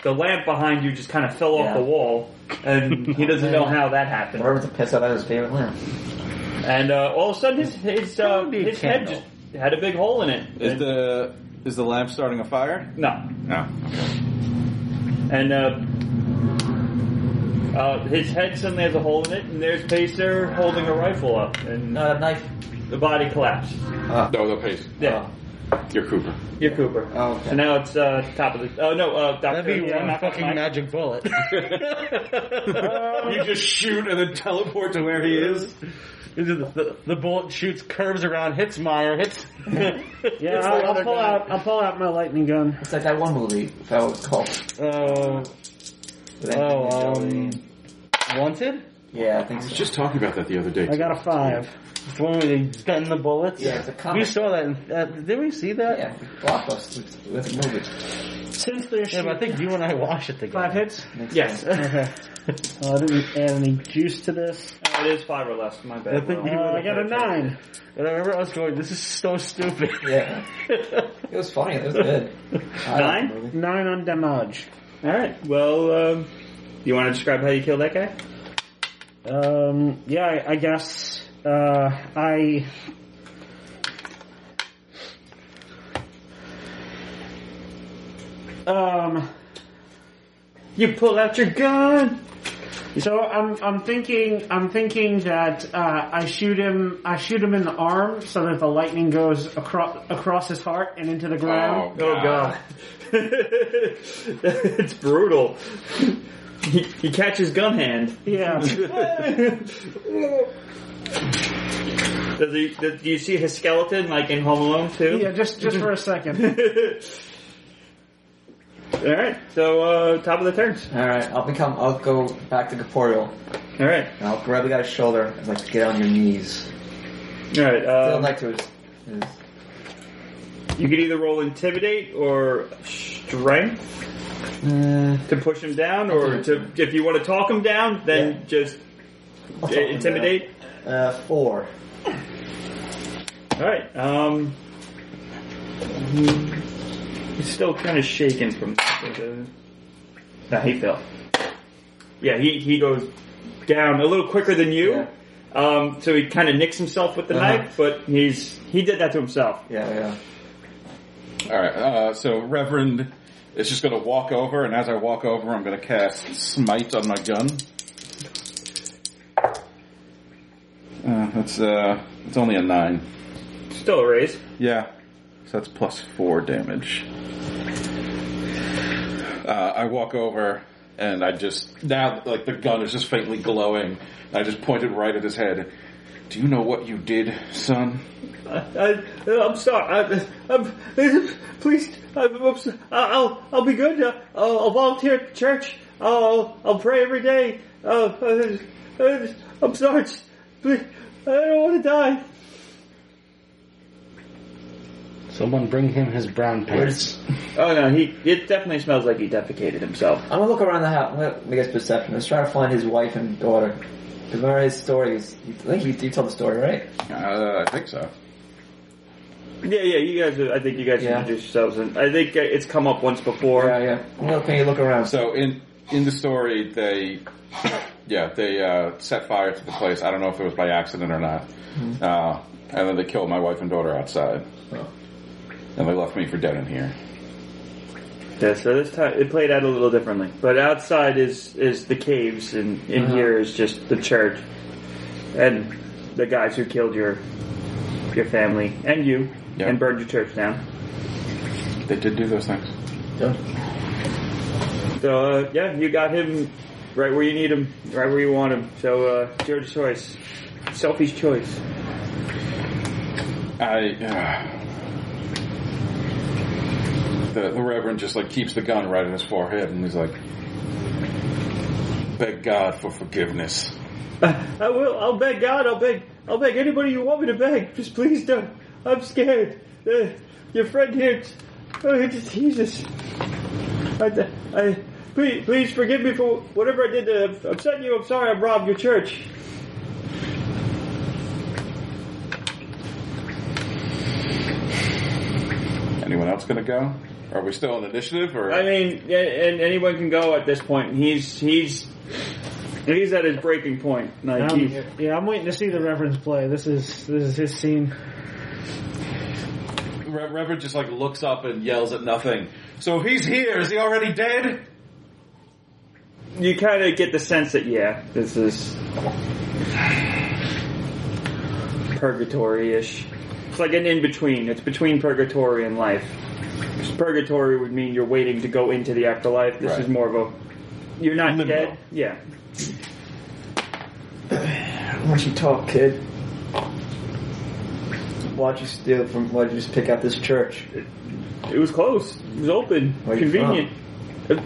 E: the lamp behind you just kind of fell off
G: Yeah.
E: the wall, and he doesn't know how that happened.
G: Wherever to piss out his favorite lamp.
E: And uh, all of a sudden, his his, uh,
B: Probably a
E: his head
B: candle.
E: just had a big hole in it.
F: Is
E: And-
F: the is the lamp starting a fire?
E: no,
F: No.
E: and uh, uh, his head suddenly has a hole in it, and there's Pacer holding a rifle up, and uh,
G: No, that knife.
E: the body collapsed.
A: No, the pace.
E: Yeah,
A: You're Cooper.
E: you're Cooper.
G: Oh, okay.
E: So now it's uh, top of the. Oh no, uh, Doctor.
B: That'd be
E: yeah,
B: one
E: not
B: fucking
E: Mike.
B: magic bullet.
F: you just shoot and then teleport to where he is.
B: the, the, the bullet shoots, curves around, hits Meyer, hits.
D: Yeah,
G: It's like
D: I'll,
G: other
D: I'll pull
G: guy.
D: out. I'll pull out my lightning gun.
G: It's like that one movie, if I was called.
B: Uh, oh, um, wanted?
G: yeah, I think
A: I
G: so.
A: was just talking about that the other day.
D: I got a five.
B: It's the one where they bend the bullets?
G: Yeah, it's a comic.
B: We saw that. In, uh, did we see that?
G: yeah, blockbuster with a movie.
D: Since they're
B: Yeah, but I
D: shooting
B: think you and I watched it together.
D: five hits,
G: Makes
E: Yes,
G: sense.
B: Okay.
D: well, I didn't add any juice to this.
E: it is five or less. My
B: I
E: bad.
B: think
E: Well,
B: you
D: Uh, I got a nine.
B: And I remember us going, this is so stupid.
G: Yeah. It was funny. It was good. I like the movie.
D: Nine on damage.
E: All right. Well, um, you want to describe how you killed that guy?
D: Um, yeah, I, I guess uh, I. Um,
E: You pull out your gun.
D: So I'm I'm thinking I'm thinking that uh, I shoot him I shoot him in the arm so that the lightning goes across across his heart and into the ground.
E: Oh god. it's brutal. He, he catches gun hand.
D: Yeah.
E: does he, does, do you see his skeleton like in Home Alone too?
D: yeah, just just for a second.
E: Alright, so uh, top of the turns.
G: All right, I'll become. I'll go back to corporeal,
E: Alright.
G: and I'll grab the guy's shoulder and like get on your knees.
E: Alright,
G: So
F: Um,
E: uh,
G: like to his, his
E: you could either roll intimidate or strength
F: mm.
G: Uh,
E: to push him down or to if you want to talk him down then
G: Yeah.
E: just
G: I'll talk
E: uh,
G: to him
E: intimidate.
G: now. Uh, four.
E: All right. Um, he's still kind of shaken from. No, he fell. Yeah, he he goes down a little quicker than you.
G: Yeah.
E: Um, so he kind of nicks himself with the
G: Uh-huh.
E: knife, but he's he did that to himself.
G: Yeah, yeah.
F: All right. Uh, so Reverend is just going to walk over, and as I walk over, I'm going to cast Smite on my gun. Uh, that's uh, it's only a nine.
E: Still a raise.
F: Yeah. So that's plus four damage. Uh, I walk over and I just now like the gun is just faintly glowing. I just pointed right at his head. Do you know what you did, son?
E: I, I, I'm sorry. I, I'm, please, I'm, I'm, s- I'll, I'll be good. Uh, I'll, I'll volunteer at the church. I'll, I'll pray every day. Uh, I, I, I'm sorry. Just, please, I don't want to die.
B: Someone bring him his brown pants.
E: Oh no, he. It definitely smells like he defecated himself.
G: I'm gonna look around the house. I'm gonna make his perception. Let's try to find his wife and daughter. Because remember his story is, I think you, you told the story, right?
F: Uh, I think so.
E: Yeah, yeah. You guys, I think you guys
G: Yeah.
E: introduced yourselves, and I think uh, it's come up once before.
G: Yeah, yeah. I'm gonna can you look around.
F: So in in the story, they yeah they uh, set fire to the place. I don't know if it was by accident or not.
A: Mm-hmm.
F: Uh, and then they killed my wife and daughter outside,
G: Oh.
F: and they left me for dead in here.
E: Yeah, so this time it played out a little differently. But outside is is the caves, and in
G: Uh-huh.
E: here is just the church and the guys who killed your your family and you
F: Yeah.
E: and burned your church down.
F: They did do those things.
E: So uh, yeah, you got him right where you need him, right where you want him. So uh, it's your choice, Sophie's choice.
F: I. Uh, the, the Reverend just like keeps the gun right in his forehead and he's like, beg God for forgiveness.
E: I will. I'll beg God. I'll beg. I'll beg anybody you want me to beg. Just please don't. I'm scared. Uh, your friend here. Oh, it's Jesus. I, I, please, please forgive me for whatever I did to upset you. I'm sorry. I robbed your church.
F: Anyone else gonna go? Are we still on initiative or?
E: I mean, yeah, and anyone can go at this point. He's he's he's at his breaking point. Like
D: I'm-
E: he,
D: Um, yeah, I'm waiting to see the reference play. This is this is his scene.
F: Re- Reverend just like looks up and yells at nothing. So he's here. Is he already dead?
E: you kind of get the sense that yeah, this is purgatory-ish. It's like an in between. It's between purgatory and life. 'Cause Purgatory would mean you're waiting to go into the afterlife. This
F: Right.
E: is more of a you're not
F: Limbo.
E: dead. Yeah.
G: Watch you talk, kid. Why'd you steal from? Why'd you just pick out this church?
E: It was close. It was open.
G: Where you
E: Convenient. Uh,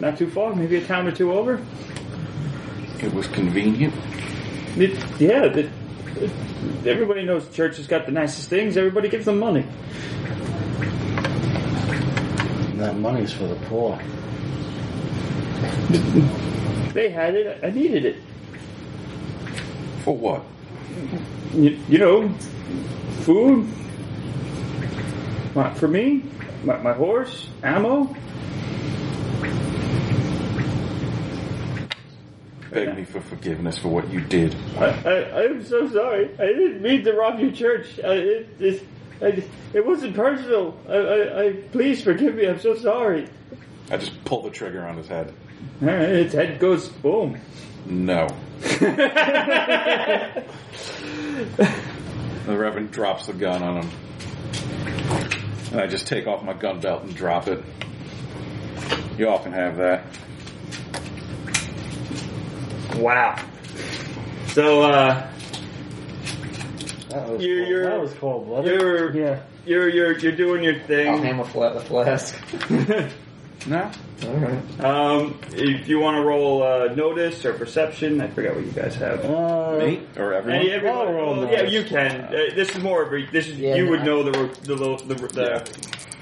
E: Not too far. Maybe a town or two over.
F: It was convenient.
E: It, yeah. The, everybody knows the church has got the nicest things. Everybody gives them money.
B: That money's for the poor.
E: They had it. I needed it.
F: For what?
E: you, you know, food. My, for me, my, my horse, ammo.
F: Beg me for forgiveness for what you did.
E: I, I, I'm so sorry. I didn't mean to rob your church. I, it, it, I, it wasn't personal. I, I, I, please forgive me. I'm so sorry.
F: I just pull the trigger on his head.
E: All right, its head goes boom.
F: No. The Reverend drops the gun on him. And I just take off my gun belt and drop it. You all can have that.
E: wow. So uh,
B: That was,
E: You're-
B: cold.
E: you're-
B: that was cold blooded.
E: you're
D: Yeah.
E: you're you're you're doing your
G: I'll
B: Oh,
E: thing.
G: hammer flat the flask.
F: No?
G: All right.
E: um, if you want to roll uh, notice or perception, I forgot what you guys have.
B: Uh,
F: Me? Or everyone?
E: Any- everyone-
B: I'll roll
E: oh,
B: notice.
E: yeah, you can. Uh, this is more of a. This is
G: Yeah,
E: you
G: no,
E: would
G: I-
E: know the ro- the lo- the. the,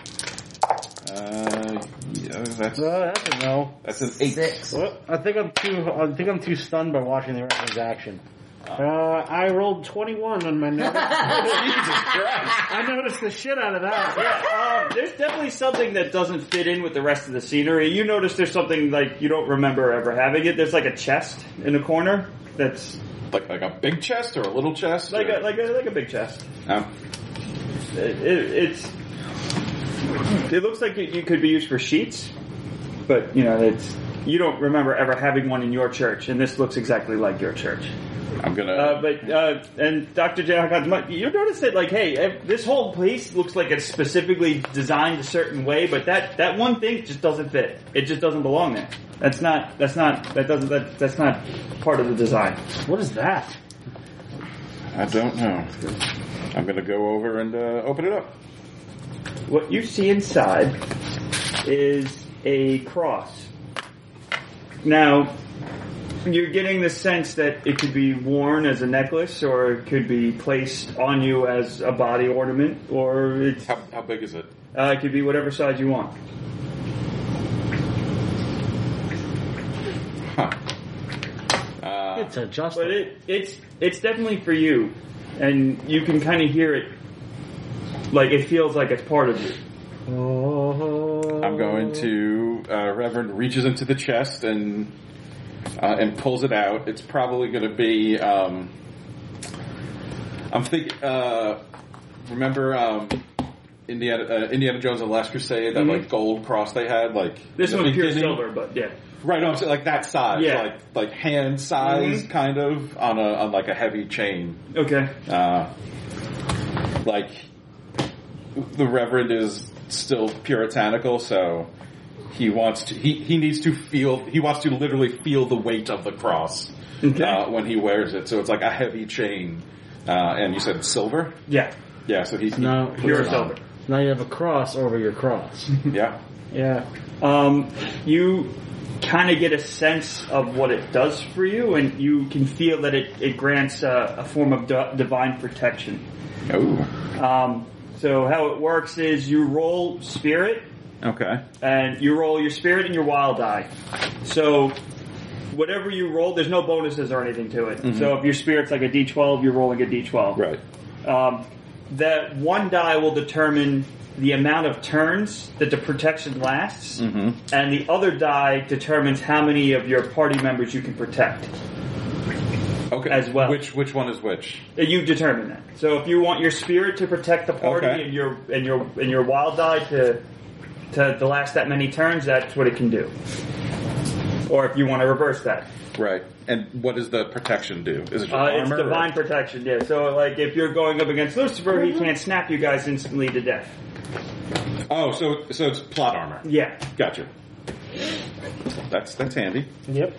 E: the
F: Uh, yeah, that's,
B: Uh, that's a no.
F: that's an eight.
G: Six.
B: Well, I think I'm too. I think I'm too stunned by watching the Russians action.
D: Uh, I rolled 21 on my notice. I noticed the shit out of that.
E: um, there's definitely something that doesn't fit in with the rest of the scenery. You notice there's something like you don't remember ever having it. There's like a chest in a corner that's
F: Like, like a big chest or a little chest?
E: like
F: or,
E: a like a like a big chest.
F: Oh.
E: It, it, it's It looks like it, it could be used for sheets, but you know it's you don't remember ever having one in your church, and this looks exactly like your church.
A: I'm gonna.
E: Uh, but uh, and Dr. Jahakatma, you notice that like, hey, if- this whole place looks like it's specifically designed a certain way, but that that one thing just doesn't fit. It just doesn't belong there. That's not. That's not. That doesn't. That, that's not part of the design.
D: What is that?
A: I don't know. I'm gonna go over and uh, open it up.
E: What you see inside is a cross. Now, you're getting the sense that it could be worn as a necklace, or it could be placed on you as a body ornament, or it's
F: How, how big is it?
E: Uh, it could be whatever size you want.
F: Huh. Uh,
B: It's adjustable.
E: But it, it's it's definitely for you, and you can kind of hear it. Like it feels like it's part of you.
B: Oh.
F: I'm going to uh, Reverend reaches into the chest and uh, and pulls it out. It's probably going to be. Um, I'm think. Uh, remember um, Indiana uh, Indiana Jones and the Last Crusade that like gold cross they had like
E: Mm-hmm. This
F: the
E: one's pure
F: beginning-
E: silver, but yeah.
F: Right, no, I'm saying like that size,
E: Yeah. Mm-hmm.
F: like like hand size, kind of on a on like a heavy chain.
E: Okay.
F: Uh, like the Reverend is still puritanical, so he wants to he, he needs to feel he wants to literally feel the weight of the cross
E: Okay.
F: uh, when he wears it. So it's like a heavy chain. Uh, and you said it's silver,
E: Yeah.
F: yeah. So he's
B: No,
E: Pure
B: it's not.
E: silver.
B: Now you have a cross over your cross.
F: yeah.
D: Yeah.
E: Um, you kind of get a sense of what it does for you, and you can feel that it, it grants a, a form of di- divine protection.
F: Oh,
E: Um, so how it works is you roll spirit,
F: okay.
E: and you roll your spirit and your wild eye. So whatever you roll, there's no bonuses or anything to it. So if your spirit's like a d12, you're rolling a d12.
F: Mm-hmm. Right.
E: Um, that one die will determine the amount of turns that the protection lasts, and the other die determines how many of your party members you can protect. Uh,
F: Okay.
E: As well.
F: Which which one is which?
E: You determine that. So if you want your spirit to protect the party
F: Okay.
E: and your and your and your wild die to to, to last that many turns, that's what it can do. Or if you want to reverse that,
F: Right. And what does the protection do? Is it just
E: uh,
F: armor?
E: it's
F: or-
E: divine protection. Yeah. So like if you're going up against Lucifer, he can't snap you guys instantly to death.
F: Oh, so so it's plot armor.
E: Yeah.
F: Gotcha. That's that's handy.
D: Yep.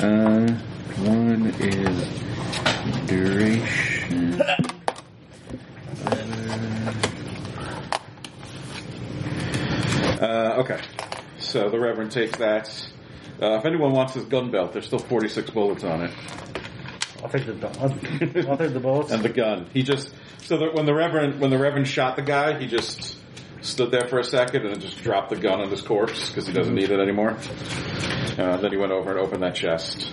A: Uh, one is duration.
F: Uh, okay. So the Reverend takes that. Uh, if anyone wants his gun belt, there's still 46 bullets on it.
B: I'll take the I'll, I'll take the bullets.
F: And the gun. He just so that when the Reverend when the Reverend shot the guy, he just stood there for a second and then just dropped the gun on his corpse because he doesn't need it anymore. Uh, then he went over and opened that chest.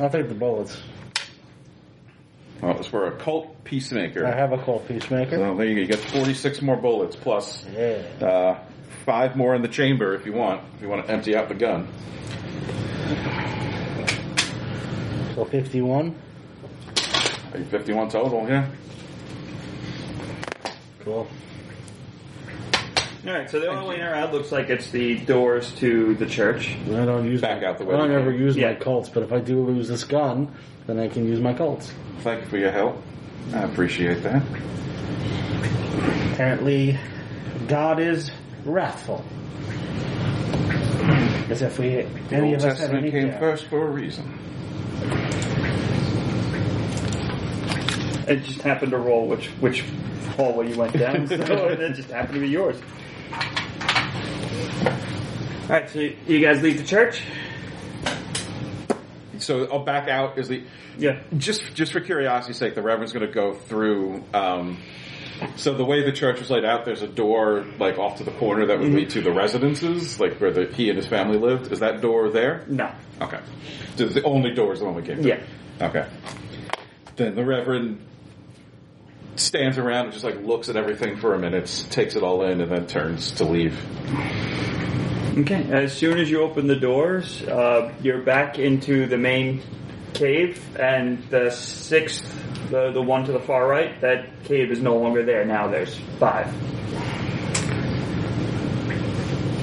B: I'll take the bullets.
F: Well, it was for a cult peacemaker.
B: I have a cold peacemaker.
F: So there you go. You get 46 more bullets plus
B: Yeah.
F: uh, five more in the chamber if you want. If you want to empty out the gun.
B: So fifty-one.
F: Are you 51 total? Yeah.
B: Cool.
E: All right. So the only way out looks like it's the doors to the church.
B: I don't use
F: Back
B: my,
F: out the way
B: I don't
F: you
B: ever use
E: Yeah.
B: my Colts, but if I do lose this gun, then I can use my Colts.
F: Thank you for your help. I appreciate that.
B: Apparently, God is wrathful. As if we
F: The
B: any
F: Old
B: of us have
F: Testament
B: any uh,
F: came
B: yeah.
F: first for a reason.
E: It just happened to roll which which hallway you went down, so it just happened to be yours. All right, so you guys leave the church.
F: So I'll back out is the
E: Yeah.
F: just just for curiosity's sake, the Reverend's going to go through. Um, so the way the church was laid out, there's a door like off to the corner that would lead to the residences, like where the, he and his family lived. Is that door there?
E: No.
F: Okay. So the only door is the one we came through.
E: Yeah.
F: Okay. Then the Reverend stands around and just like looks at everything for a minute, takes it all in, and then turns to leave.
E: Okay. As soon as you open the doors, uh, you're back into the main cave, and the sixth, the the one to the far right, that cave is no longer there. Now there's five.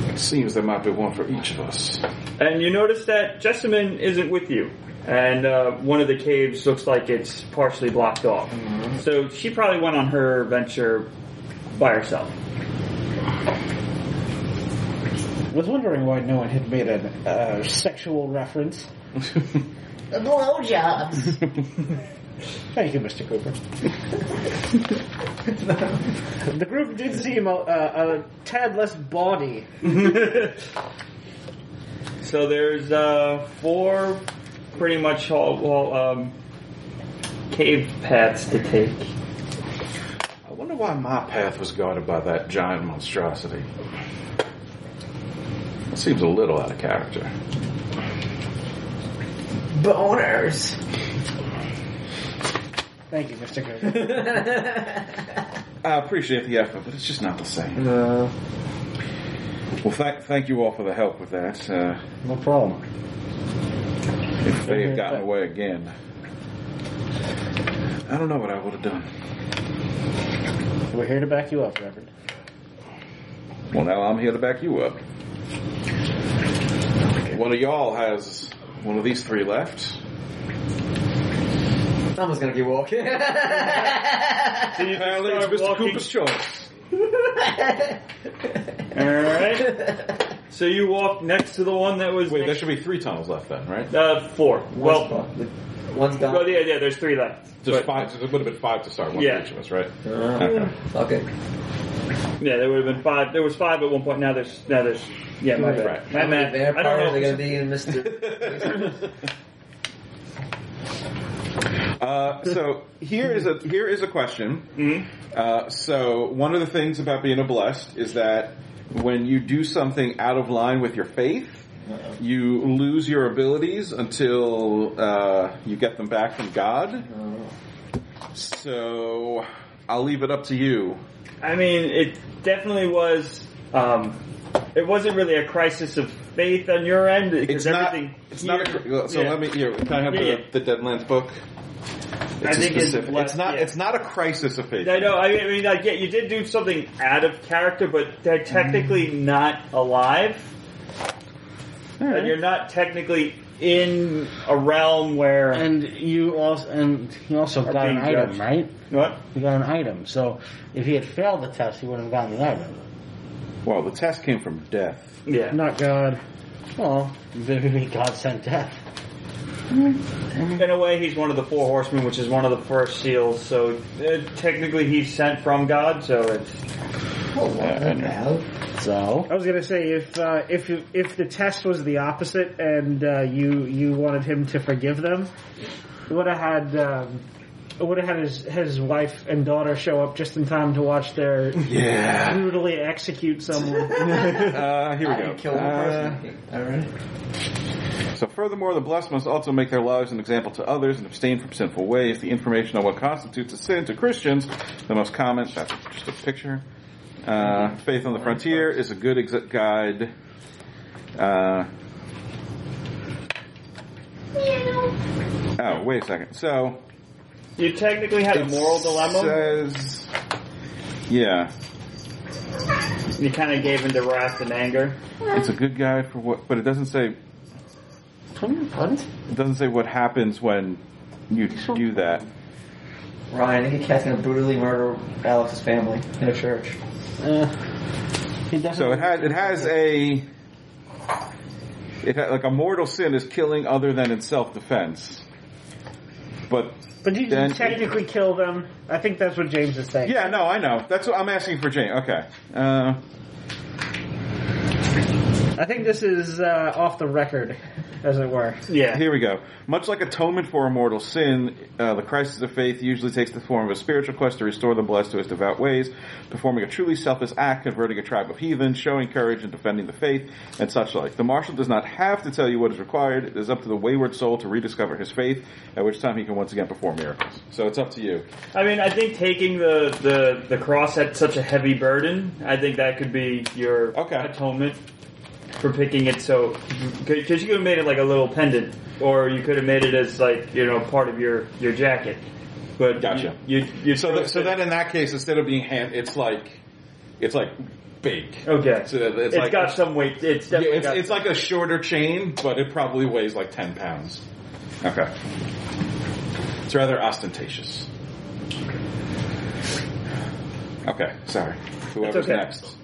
A: It seems there might be one for each of us.
E: And you notice that Jessamine isn't with you. And uh, one of the caves looks like it's partially blocked off.
A: Mm-hmm.
E: So she probably went on her venture by herself.
D: was wondering why no one had made a uh, sexual reference.
H: Blowjobs.
D: Thank you, Mr. Cooper. the group did seem a, a, a tad less bawdy.
E: So there's uh, four pretty much all, well, um, cave paths to take.
A: I wonder why my path was guarded by that giant monstrosity. That seems a little out of character.
H: Boners.
D: Thank you, Mr. Cooper.
A: I appreciate the effort, but it's just not the same.
G: No,
A: Well, thank thank you all for the help with that. Uh,
G: no problem.
A: if they had gotten away again, I don't know what I would have done.
D: We're here to back you up, Reverend.
A: Well, now I'm here to back you up. One of y'all has one of these three left.
G: Someone's gonna be walking.
A: Apparently, it's Mr. Cooper's choice.
E: Alright. So you walk next to the one that was.
A: Wait, there
E: next-
A: should be three tunnels left then, right?
E: uh, four. Well,
G: one's gone.
E: well, yeah, yeah, there's three left.
A: Just five. So there would have been five to start one
E: Yeah.
A: for each of us, right?
G: Uh, fuck it.
E: Yeah, there would have been five. There was five at one point. Now there's now there's yeah. My bad.
A: Right.
E: My bad.
G: They're
E: I don't know.
G: probably gonna be in Mr.
A: Uh, so here is a here is a question.
E: Mm-hmm.
A: Uh, so one of the things about being a blessed is that when you do something out of line with your faith, you lose your abilities until uh, you get them back from God. So I'll leave it up to you.
E: I mean, it definitely was. Um, it wasn't really a crisis of faith on your end.
A: It's
E: because
A: not.
E: everything
A: It's not.
E: here-
A: A, so
E: yeah.
A: let me. Here, can I have
E: Yeah, yeah.
A: the, the Deadlands book? It's
E: I
A: a
E: think it's
A: specific-
E: blessed,
A: not.
E: yeah.
A: It's not a crisis of faith.
E: I know. I mean, I mean, I get you did do something out of character, but they're technically
A: Mm.
E: not alive, and you're not technically in a realm where
B: And you also and he also got an
E: being
B: item,
E: judged.
B: right?
E: what?
B: He got an item. So if he had failed the test, he wouldn't have gotten the item.
A: Well, the test came from death.
E: Yeah.
B: Not God. Well, maybe God sent death.
E: In a way, he's one of the four horsemen, which is one of the first seals. So uh, technically, he's sent from God. So it's
B: So
D: I was gonna say if uh, if you- if the test was the opposite and uh, you you wanted him to forgive them, would have had um, would have had his his wife and daughter show up just in time to watch their
A: Yeah.
D: brutally execute someone.
A: Uh, here we
G: I
A: go.
G: can kill one
A: Uh,
G: person. Alright.
A: So, furthermore, the blessed must also make their lives an example to others and abstain from sinful ways. The information on what constitutes a sin to Christians, the most common, that's just a picture. Uh, faith on the frontier is a good ex- guide. Uh, oh, wait a second. So,
E: you technically had a
A: it
E: moral dilemma.
A: Says, yeah,
E: You kind of gave into wrath and anger.
A: it's a good guide for what, but it doesn't say
G: Punt?
A: it doesn't say what happens when you do that.
G: Ryan, I think Cat's gonna brutally murder Alex's family in a church.
B: he doesn't.
A: So it has it has a it ha like a mortal sin is killing other than in self defense. But
D: But you
A: Then-
D: didn't technically kill them. I think that's what James is saying.
A: yeah, no, I know. That's what I'm asking for, Jane. Okay. Uh,
D: I think this is uh, off the record, as it were.
E: Yeah.
A: Here we go. Much like atonement for a mortal sin, uh, the crisis of faith usually takes the form of a spiritual quest to restore the blessed to his devout ways, performing a truly selfless act, converting a tribe of heathen, showing courage and defending the faith, and such like. The marshal does not have to tell you what is required. It is up to the wayward soul to rediscover his faith, at which time he can once again perform miracles. So it's up to you.
E: I mean, I think taking the, the, the cross had such a heavy burden. I think that could be your
A: Okay.
E: atonement for picking it so because you could have made it like a little pendant, or you could have made it as like you know part of your your jacket. But
A: Gotcha.
E: You, you, you
A: So, th- so then in that case, instead of being hand, it's like, it's like big.
E: Okay.
A: So it's
E: it's
A: like
E: got some weight. It's
A: yeah,
E: definitely
A: it's,
E: got
A: it's like a shorter chain, but it probably weighs like ten pounds. Okay. It's rather ostentatious. Okay, sorry. Whoever's
E: okay.
A: next.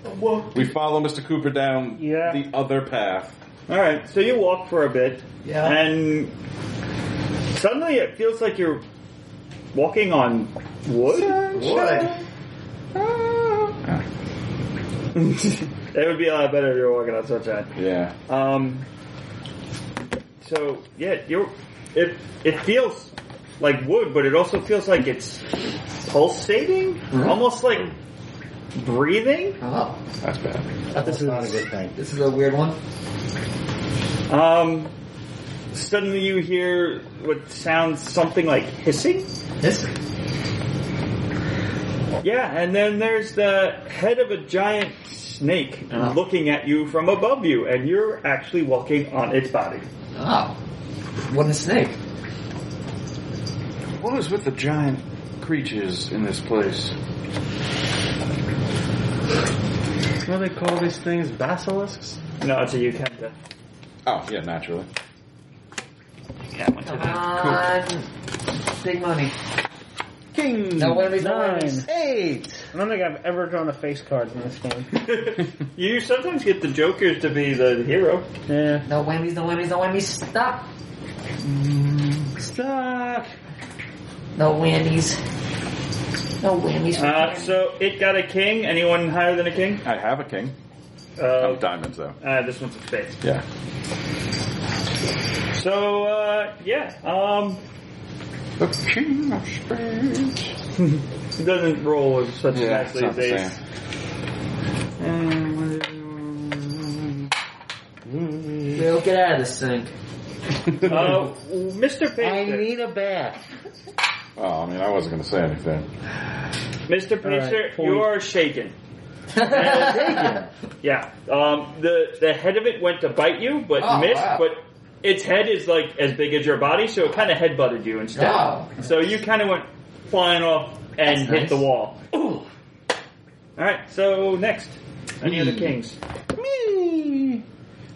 A: We follow Mr. Cooper down
D: Yeah.
A: the other path.
E: All right, so you walk for a bit,
G: Yeah.
E: and suddenly it feels like you're walking on wood.
G: Wood.
E: it would be a lot better if you were walking on sunshine.
A: Yeah.
E: Um, so yeah, you're. It it feels like wood, but it also feels like it's pulsating, almost like breathing.
G: Oh,
A: That's bad.
B: This is not a good thing.
G: this is a weird one.
E: Um, suddenly you hear what sounds something like hissing.
G: This.
E: Yeah, and then there's the head of a giant snake
G: Oh.
E: looking at you from above you, and you're actually walking on its body.
G: Oh, what a snake.
A: What is with the giant creatures in this place?
B: What do they call these things? Basilisks?
E: No, it's a Ukenta.
A: Oh, yeah, naturally.
G: Come on. Big money.
D: King.
G: Now what are these
D: Nine.
G: lines?
B: Eight!
D: I don't think I've ever drawn a face card in this game.
E: you sometimes get the Jokers to be the hero.
D: Yeah.
G: No whammies, no whammies, no whammies. Stop.
D: Stop.
G: No whammies. No whammies. for
E: Uh,
G: Karen.
E: so it got a king. Anyone higher than a king?
A: I have a king.
E: Uh,
A: Of diamonds, though.
E: uh, this one's a face.
A: Yeah.
E: So uh, yeah, um,
A: The king of spades.
E: it doesn't roll as such
A: Yeah, it's
E: nicely
A: not
E: as
A: the
E: they.
A: same.
G: Bill, get out of this sink.
E: Uh, Mr.
B: I
E: Pacer,
B: need a bath.
A: Oh, I mean, I wasn't going to say anything.
E: Mr. Pacer,
D: point.
E: you are shaken. Yeah. Um, the the head of it went to bite you, but
G: Oh,
E: missed.
G: wow.
E: But its head is like as big as your body, so it kind of headbutted you instead.
G: Wow.
E: So you kind of went flying off and
G: That's
E: hit
G: nice.
E: the wall. All right. So next, any other kings?
A: Me.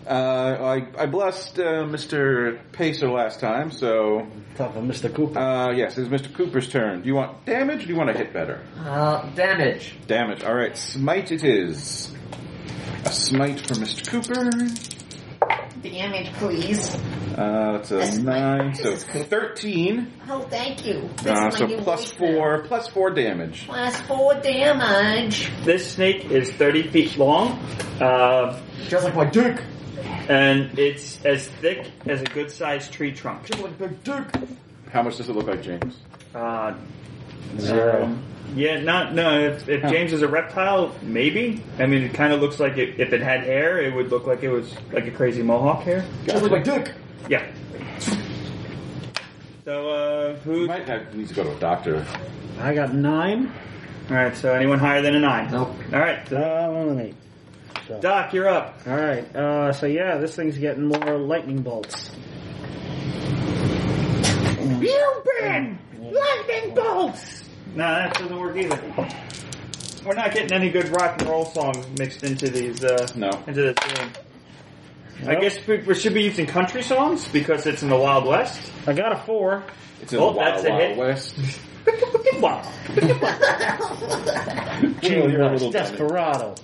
A: Uh, I, I blessed uh, Mr. Pacer last time, so
B: Top of Mr. Cooper.
A: uh, yes, it's Mr. Cooper's turn. Do you want damage or do you want to hit better?
G: Uh, damage.
A: Damage. All right, smite it is. A smite for Mr. Cooper.
H: Damage, please.
A: Uh, that's a nine, so thirteen.
H: Oh, thank you. That's
A: Uh,
H: my
A: so
H: new
A: plus
H: voice now.
A: four, plus four damage.
H: Plus four damage.
E: This snake is thirty feet long, uh,
G: Just like my dick.
E: and it's as thick as a good sized tree trunk.
G: Just like my dick.
A: How much does it look like, James?
E: Uh,
B: Zero.
E: yeah, not no. If, if James is a reptile, maybe. I mean, it kind of looks like it, if it had hair, it would look like it was like a crazy mohawk hair.
G: Just like my dick.
E: Yeah. So, uh,
A: You
E: who?
A: might have, need to go to a doctor.
D: I got nine.
E: Alright, so anyone higher than a nine?
G: Nope.
E: Alright,
D: Uh, I'm an eight.
E: Doc, you're up.
D: All right. Uh, so yeah, this thing's getting more lightning bolts.
A: Mm.
H: You burn! Lightning bolts!
E: No, Uh, that doesn't work either. We're not getting any good rock and roll songs mixed into these, uh,
A: No.
E: into this game. I guess we, we should be using country songs because it's in the Wild West.
D: I got a four.
A: It's in
E: Oh,
A: the Wild,
E: that's a
A: wild
E: hit.
A: West.
E: Wow.
A: Gee, you're a little dummy.
D: Desperado.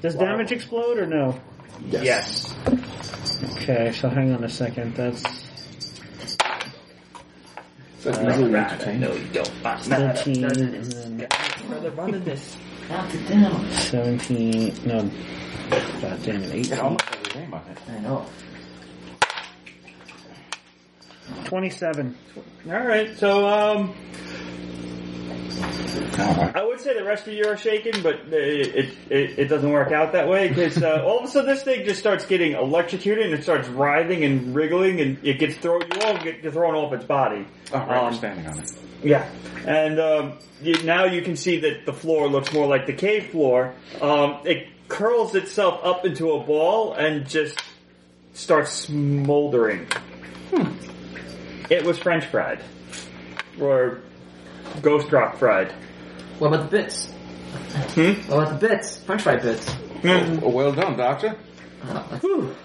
D: Does damage explode or no?
E: Yes.
D: Okay, so hang on a second. That's
A: That's easily entertaining.
E: you don't. Uh, nah, that
D: 13
E: doesn't-
D: and then
E: Brother, run in this.
G: Knock it down.
D: 17. No. God damn it.
A: It
D: 18.
A: almost has a name on it.
G: I know.
D: 27.
E: Alright, so, um,
A: Oh,
E: I would say the rest of you are shaken, but it it, it, it doesn't work out that way because uh, all of a sudden this thing just starts getting electrocuted and it starts writhing and wriggling and it gets thrown. You all get thrown off its body.
A: oh, right,
E: Um,
A: we're standing on it.
E: Yeah, and um, you, now you can see that the floor looks more like the cave floor. Um, it curls itself up into a ball and just starts smoldering.
A: Hmm.
E: It was French fried or ghost rock fried.
G: What about the bits? I want the bits, French fry bits.
A: Oh, Well done, Doctor.
G: Whew.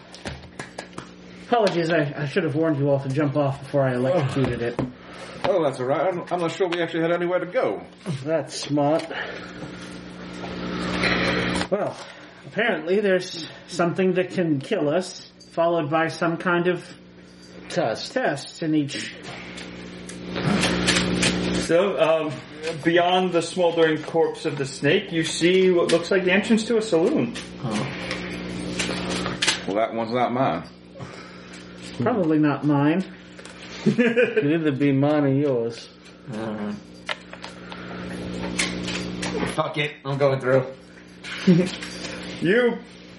D: Apologies, I, I should have warned you all to jump off before I electrocuted it.
A: Oh, that's all right. I'm, I'm not sure we actually had anywhere to go.
D: That's smart. Well, apparently there's something that can kill us, followed by some kind of test. Tests in each.
E: So, um, beyond the smoldering corpse of the snake, you see what looks like the entrance to a saloon.
A: Well, that one's not mine.
D: Probably not mine.
B: It'll either be mine or yours.
G: Alright. Fuck it, I'm going through.
E: You,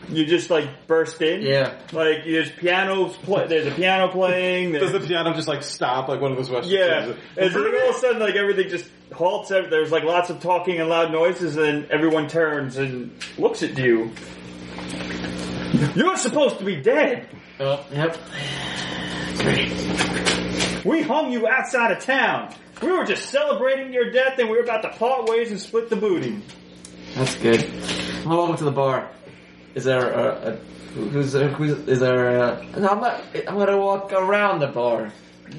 E: you just like burst in.
G: Yeah.
E: Like there's pianos. Play, there's a piano playing.
F: Does
E: There's,
F: the piano just like stop like one of those Western
E: yeah.
F: shows?
E: And so all of a sudden, like everything just halts. ev- There's like lots of talking and loud noises, and then everyone turns and looks at you. You're supposed to be dead.
G: Oh, yep.
E: We hung you outside of town. We were just celebrating your death, and we were about to part ways and split the booty.
G: That's good. Well, welcome to the bar. Is there a, a who's there, who's is there a, no? I'm not. I'm gonna walk around the bar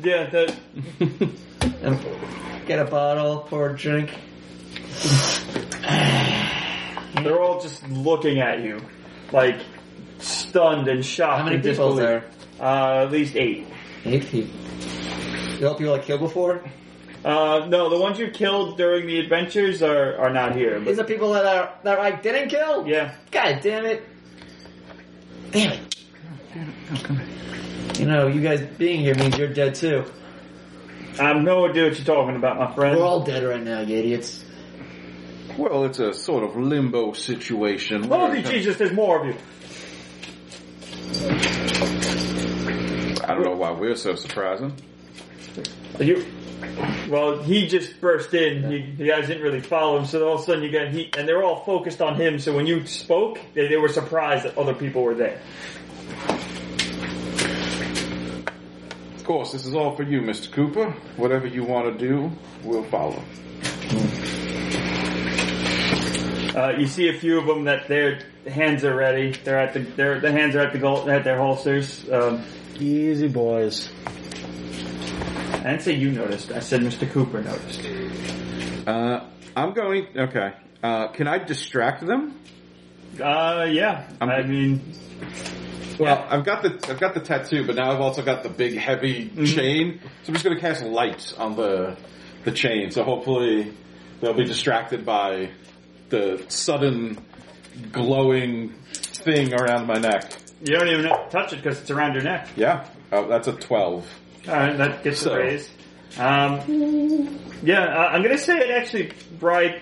E: Yeah, that
G: and get a bottle, pour a drink.
E: they're all just looking at you, like stunned and shocked.
G: How many
E: and
G: people is
E: disbelief.
G: there?
E: Uh, at least eight.
G: Eight people. You all people I killed before?
E: Uh, no, the ones you killed during the adventures are, are not here. But
G: These are people that are that I didn't kill.
E: yeah,
G: God damn it! Damn it! You know, you guys being here means you're dead too.
E: I have no idea what you're talking about, my friend.
G: We're all dead right now, you idiots.
A: Well, it's a sort of limbo situation.
E: Holy Jesus, there's more of you.
A: I don't know why we're so surprising.
E: Are you. Well, he just burst in. You, you guys didn't really follow him, so all of a sudden you got he and they're all focused on him. So when you spoke, they, they were surprised that other people were there.
A: Of course, this is all for you, Mr. Cooper. Whatever you want to do, we'll follow.
E: Uh, you see a few of them that their hands are ready. They're at the their the hands are at the goal, at their holsters. Um,
B: Easy boys.
E: I didn't say you noticed. I said Mr. Cooper noticed.
A: Uh, I'm going. Okay. Uh, can I distract them?
E: Uh, yeah.
A: I'm-
E: I mean,
F: Well, I've got the I've got the tattoo, but now I've also got the big heavy chain. So I'm just going to cast light on the the chain. So hopefully they'll be distracted by the sudden glowing thing around my neck.
E: You don't even have to touch it because it's around your neck.
F: Yeah, oh, that's a twelve.
E: Alright, that gets
F: So-
E: a raise. Um, yeah, uh, I'm gonna say it actually bright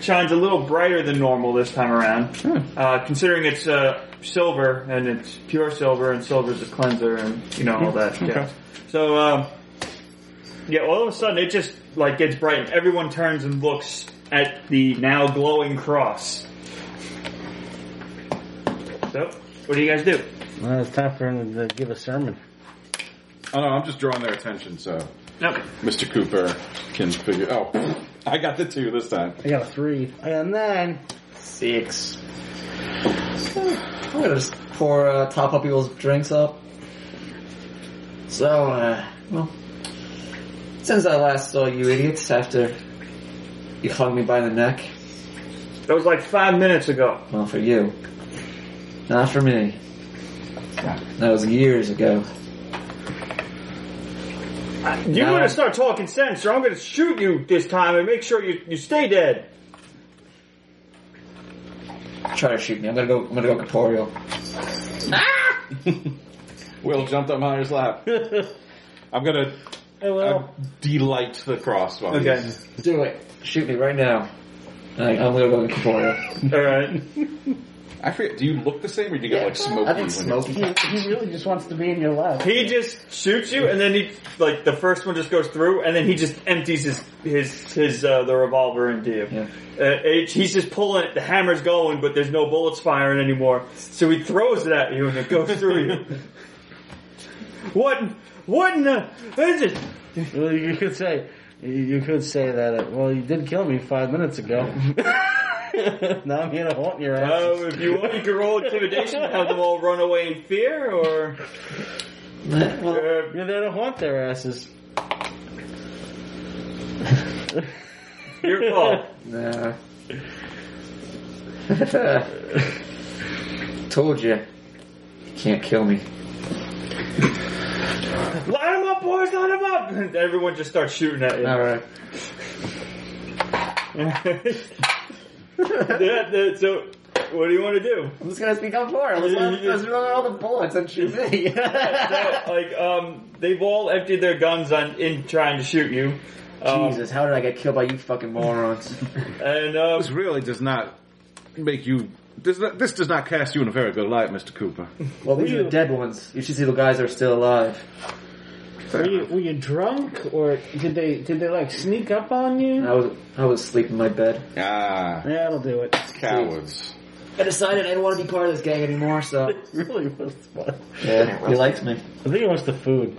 E: shines a little brighter than normal this time around, uh, considering it's uh, silver and it's pure silver, and silver's a cleanser and you know all that. Yeah. So um, yeah, all of a sudden it just like gets bright, and everyone turns and looks at the now glowing cross. So, what do you guys do?
B: Well, it's time for him to give a sermon.
F: Oh no, I'm just drawing their attention. So
E: Okay.
F: Mr. Cooper can figure. Oh, I got the two this time.
B: I got a three. I got a nine.
G: Six. I'm gonna just pour uh, top up people's drinks up. So, uh, well, since I last saw you idiots after you hung me by the neck,
E: That was like five minutes ago.
G: well, for you, not for me. That was years ago.
E: You
G: No.
E: want to start talking sense, or I'm going to shoot you this time and make sure you, you stay dead.
G: Try to shoot me. I'm gonna go. I'm gonna go corporeal.
F: Will jumped on Myers' lap. I'm gonna uh, delight the cross. While
E: Okay.
F: he's-
G: Do it. Shoot me right now. Like, I'm gonna go corporeal.
E: All right.
F: I forget. Do you look the same, or do you get like smoky?
G: I think
F: when you-
G: smoky.
D: He really just wants to be in your lap.
E: He just shoots you, and then he like the first one just goes through, and then he just empties his his his uh, the revolver into you.
G: Yeah.
E: Uh, it- he's just pulling it. The hammer's going, but there's no bullets firing anymore. So he throws it at you, and it goes through you. What? What in the? This is
B: Well, you could say, you could say that. uh well, you did kill me five minutes ago. now I'm gonna haunt your ass.
E: Oh, if you want, you can roll intimidation and have them all run away in fear, or Oh. Uh,
B: You're there to haunt their asses.
E: your call.
G: Nah. Told you. You can't kill me.
E: Line them up, boys! Line them up! And everyone just starts shooting at you.
G: Alright.
E: That- that- so, what do you want to do?
G: I'm just gonna speak up for it. Let's let- Let's run all the bullets and shoot me.
E: So, like, um, they've all emptied their guns on in trying to shoot you. Um,
G: Jesus, how did I get killed by you fucking morons?
E: And um,
F: This really does not make you. Does not, this does not cast you in a very good light, Mr. Cooper.
G: Well, these are the dead ones. You should see the guys that are still alive.
D: Were you, were you drunk, or did they did they like sneak up on you?
G: I was I was asleep in my bed.
A: Ah,
D: Yeah, that'll do it.
A: cowards.
G: I decided I didn't want to be part of this gang anymore. So
B: really was fun.
G: yeah, he likes me.
B: I think it was the food.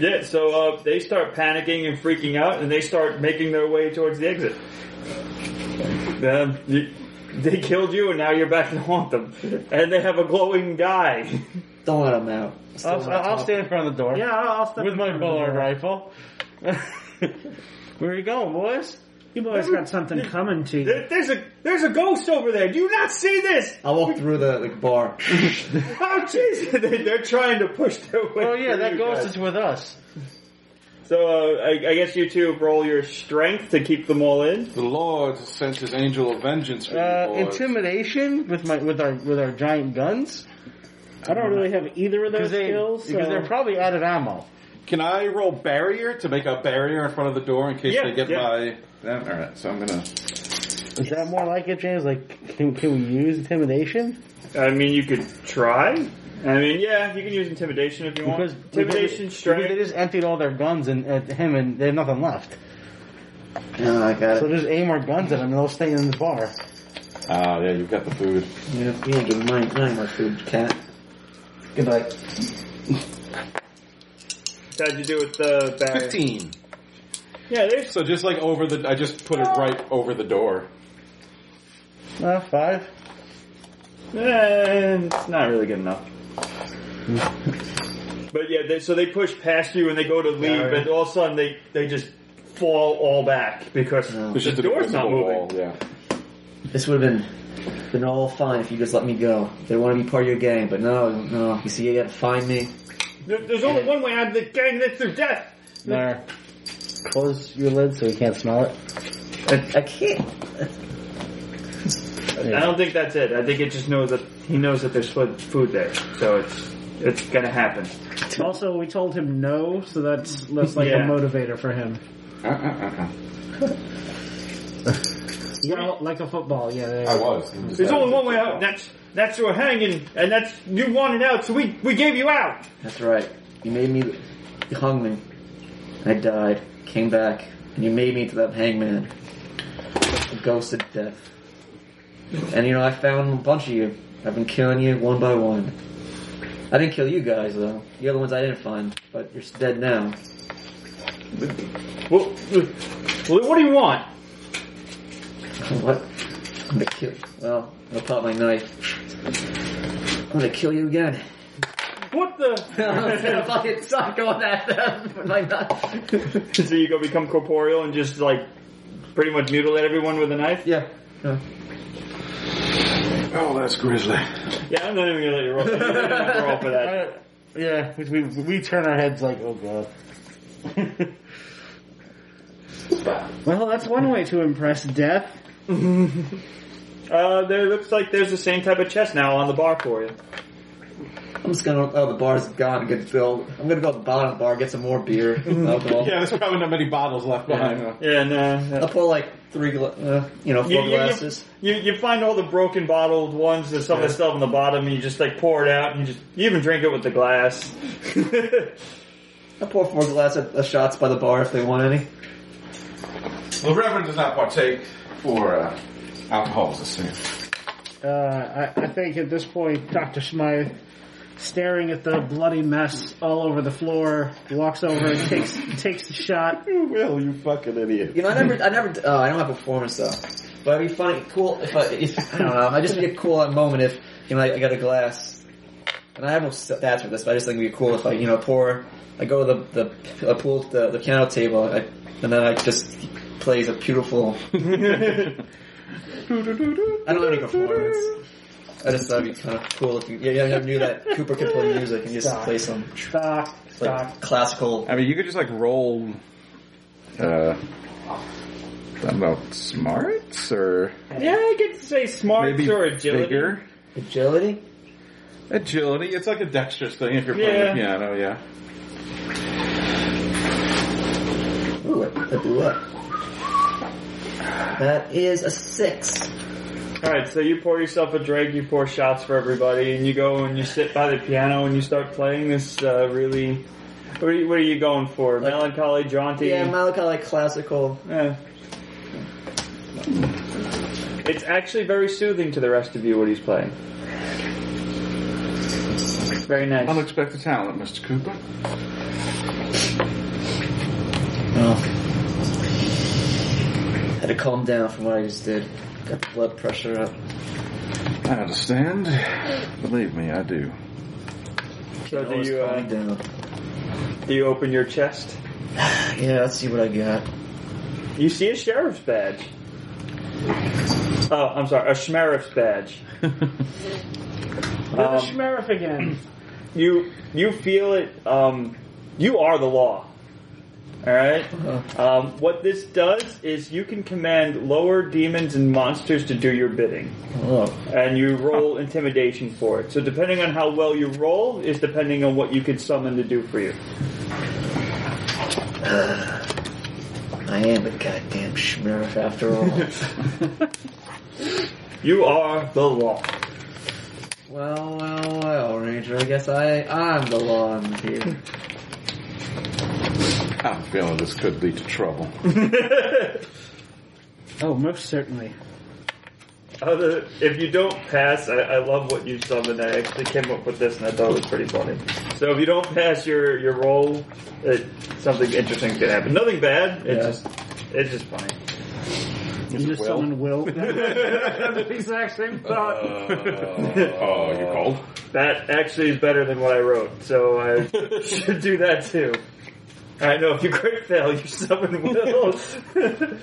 E: yeah, so uh, they start panicking and freaking out, and they start making their way towards the exit. Um, you, they killed you, and now you're back to haunt them. And they have a glowing guy.
G: Don't let him out.
B: I'll, I'll stay in front of the door.
D: Yeah, I'll, I'll step
B: With my
D: in front of
B: bow
D: the
B: and
D: door.
B: rifle. Where are you going, boys?
D: You boys got something coming to you.
E: There- There's a there's a ghost over there. Do you not see this?
G: I'll walk through the like, bar.
E: Oh jeez, they, they're trying to push their way.
B: Oh yeah,
E: through
B: that
E: you
B: ghost
E: guys.
B: is with us.
E: So uh, I, I guess you two roll your strength to keep them all in.
A: The Lord sent his angel of vengeance for
B: Uh,
A: you. boys.
B: intimidation with my with our with our giant guns
D: I don't really have either of those
B: because they
D: skills. So.
B: because they're probably out of ammo.
A: Can I roll barrier to make a barrier in front of the door in case
E: Yeah,
A: they get
E: yeah.
A: by them? All right, so I'm gonna.
B: Is that more like it, James? Like, can, can we use intimidation?
E: I mean, you could try. I mean, yeah, you can use intimidation if you want.
B: Because
E: intimidation,
B: because-
E: strength.
B: Because they just emptied all their guns and at him, and they have nothing left.
G: Oh, I got
B: So
G: it.
B: just aim our guns at him, and they'll stay in the bar.
A: Ah, yeah, you've got the food.
G: You know, you don't give mine mine my food, cat. Goodbye.
E: How'd you do with the barrier?
A: Fifteen.
E: Yeah, there's.
A: So just like over the, I just put it right over the door.
B: Uh, five.
E: eh, it's not really good enough. but yeah, they, so they push past you and they go to leave, and all of a sudden they they just fall all back because
A: There's
E: the
A: just an
E: door's not
A: invisible
E: moving.
A: wall, Yeah.
G: This would have been been all fine if you just let me go. They want to be part of your gang, but no, no. You see, you got to find me.
E: There- There's only one way out of the gang, that's through death.
B: There. Close your lid so he can't smell it.
G: I, I can't.
E: I don't think that's it. I think it just knows that he knows that there's food food there, so it's it's gonna happen.
D: also, we told him no, so that's that's like
E: Yeah.
D: a motivator for him.
A: Uh, uh,
D: You know, like a football. Yeah, there
A: uh, uh. I
D: you go.
A: was.
E: There's only one way out. That's that's your hanging, and that's you wanted out, so we we gave you out.
G: That's right. You made me. You hung me. I died. Came back. And you made me to that hangman. The ghost of death. And you know, I found a bunch of you. I've been killing you one by one. I didn't kill you guys though. You're the ones I didn't find, but you're dead now.
E: Well, well, what do you want?
G: what? I'm gonna kill. Well, I'll pop my knife. I'm gonna kill you again.
E: What the?
G: I'm gonna fucking suck on at them with my knife.
E: so you go become corporeal and just like pretty much mutilate everyone with a knife?
G: yeah. No.
A: Oh, that's grizzly.
E: Yeah, I'm not even gonna let you roll, I'm not even gonna roll for that.
B: Uh, yeah, we, we, we turn our heads like, oh god.
D: Well, that's one way to impress death.
E: Uh, there looks like there's the same type of chest now on the bar for you.
G: I'm just gonna. Oh, the bar's gone. Get filled. I'm gonna go to the bottom of the bar, get some more beer, and alcohol.
A: Yeah, there's probably not many bottles left behind. huh?
E: Yeah, no.
G: I'll pour like three, gla- uh, you know, four
E: You, you, you,
G: glasses.
E: you, you find all the broken bottled ones, there's some that's still on the bottom, and you just like pour it out, and you just, you even drink it with the glass.
G: I'll pour four glasses of, of shots by the bar if they want any.
A: The Reverend does not partake for uh, alcohol, is a sin.
D: Uh, I, I think at this point, Doctor Smythe staring at the bloody mess all over the floor, walks over, takes takes the shot.
A: You will, you fucking idiot.
G: You know, I never, I never, uh, I don't have performance though, but it'd be funny, cool if I, if, I don't know, I just get cool at a moment if, you know, I, I got a glass, and I have no stats for this, but I just think it'd be cool if I, you know, pour, I go to the, the, I pull the, the piano table, I, and then I just plays a beautiful, I don't have any performance. I just thought it'd be kind of cool if you, yeah, yeah, I never knew that Cooper could play music and just play some
D: Stop, stop.
G: like, classical.
A: I mean, you could just like roll. Uh, I don't know, smarts or
E: Yeah, I could say smarts
A: maybe
E: or agility.
A: bigger
G: Agility?
A: agility. It's like a dexterous thing if you're playing the
E: Yeah.
A: piano. Yeah.
G: Ooh, I, I blew up. That is a six.
E: Alright, so you pour yourself a drink, you pour shots for everybody, and you go and you sit by the piano and you start playing this uh, really. What are, you, what are you going for? Melancholy, jaunty?
G: Yeah, Malachi like classical.
E: Yeah. It's actually very soothing to the rest of you what he's playing. Very nice.
A: Unexpected talent, Mr. Cooper.
E: Oh.
G: Had to calm down from what I just did. Got the blood pressure up.
A: I understand. Believe me, I do.
E: So do
G: Always
E: you
G: calming
E: uh,
G: down.
E: do you open your chest?
G: Yeah, let's see what I got.
E: You see a sheriff's badge. Oh, I'm sorry, a sheriff's badge.
D: You're the
E: Um,
D: sheriff again.
E: you you feel it. Um, you are the law. All right. Um, what this does is you can command lower demons and monsters to do your bidding,
G: Oh,
E: and you roll intimidation for it. So depending on how well you roll is depending on what you can summon to do for you.
G: I am a goddamn sheriff after all.
E: You are the law.
G: well, well, well, Ranger. I guess I I'm the lawn here.
A: I have a feeling this could lead to trouble.
D: Oh, most certainly.
E: Other, if you don't pass, I, I love what you summoned. I actually came up with this and I thought it was pretty funny. So if you don't pass your, your roll, it, something interesting could happen. Nothing bad. It's
G: Yeah.
E: just it's just funny.
D: You just summon Will. That's the exact same
A: Uh,
D: thought.
A: oh, you called?
E: That actually is better than what I wrote, so I should do that too. I know if you crit fail, you summon will.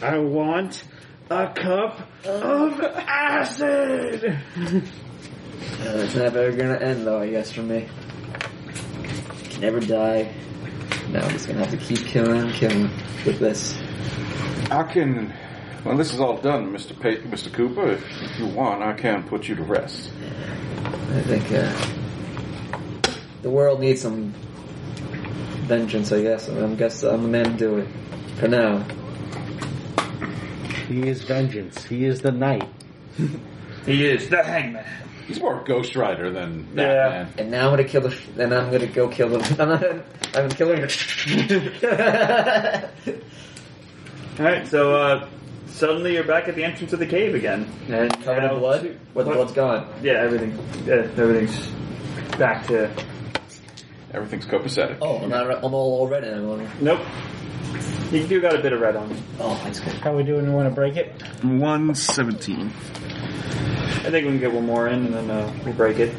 D: I want a cup of acid.
G: Uh, it's never gonna end though. I guess for me, can never die. Now I'm just gonna have to keep killing, killing with this.
A: I can. When this is all done, Mr. Pa- Mr. Cooper, if, if you want, I can put you to rest.
G: I think uh, the world needs some vengeance, I guess. I guess I'm the man to do it. For now.
B: He is vengeance. He is the knight.
E: he is the hangman.
A: He's more Ghost Rider than
E: Yeah.
A: that
G: And now I'm gonna kill the. sh- And I'm gonna go kill the. I'm, not, I'm gonna kill her.
E: Alright, so uh, suddenly you're back at the entrance of the cave again. And
G: Covered in
E: now-
G: blood? Where the blood's gone.
E: Yeah, everything. Yeah, everything's back to
A: man. Everything's copacetic.
G: Oh, I'm, not, I'm all red and I'm all-
E: nope. You do got a bit of red on. you.
G: Oh, that's good.
D: How we doing? You want to break it?
F: 117.
E: I think we can get one more in and then uh, we'll break it.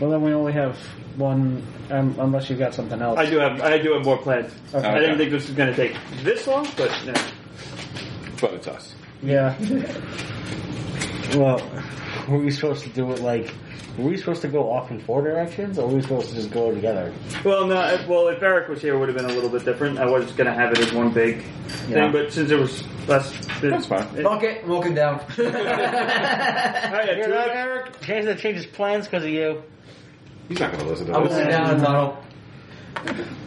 D: Well, then we only have one, um, unless you've got something else.
E: I do have I do have more plans.
D: Okay.
E: I didn't think this was going to take this long, but no.
A: But it's us.
D: yeah.
B: Well, were we supposed to do it like? Were we supposed to go off in four directions, or were we supposed to just go together?
E: Well, no. I- Well, if Eric was here, it would have been a little bit different. I was going to have it as one big
B: Yeah.
E: thing, but since it was less,
A: That's fine.
E: It,
G: Fuck it, I'm walking down.
E: I had
B: You're
E: two-
B: not Eric. Jason changes plans because of you.
A: He's not going to listen to
G: I'm
A: us.
G: sitting down in the tunnel.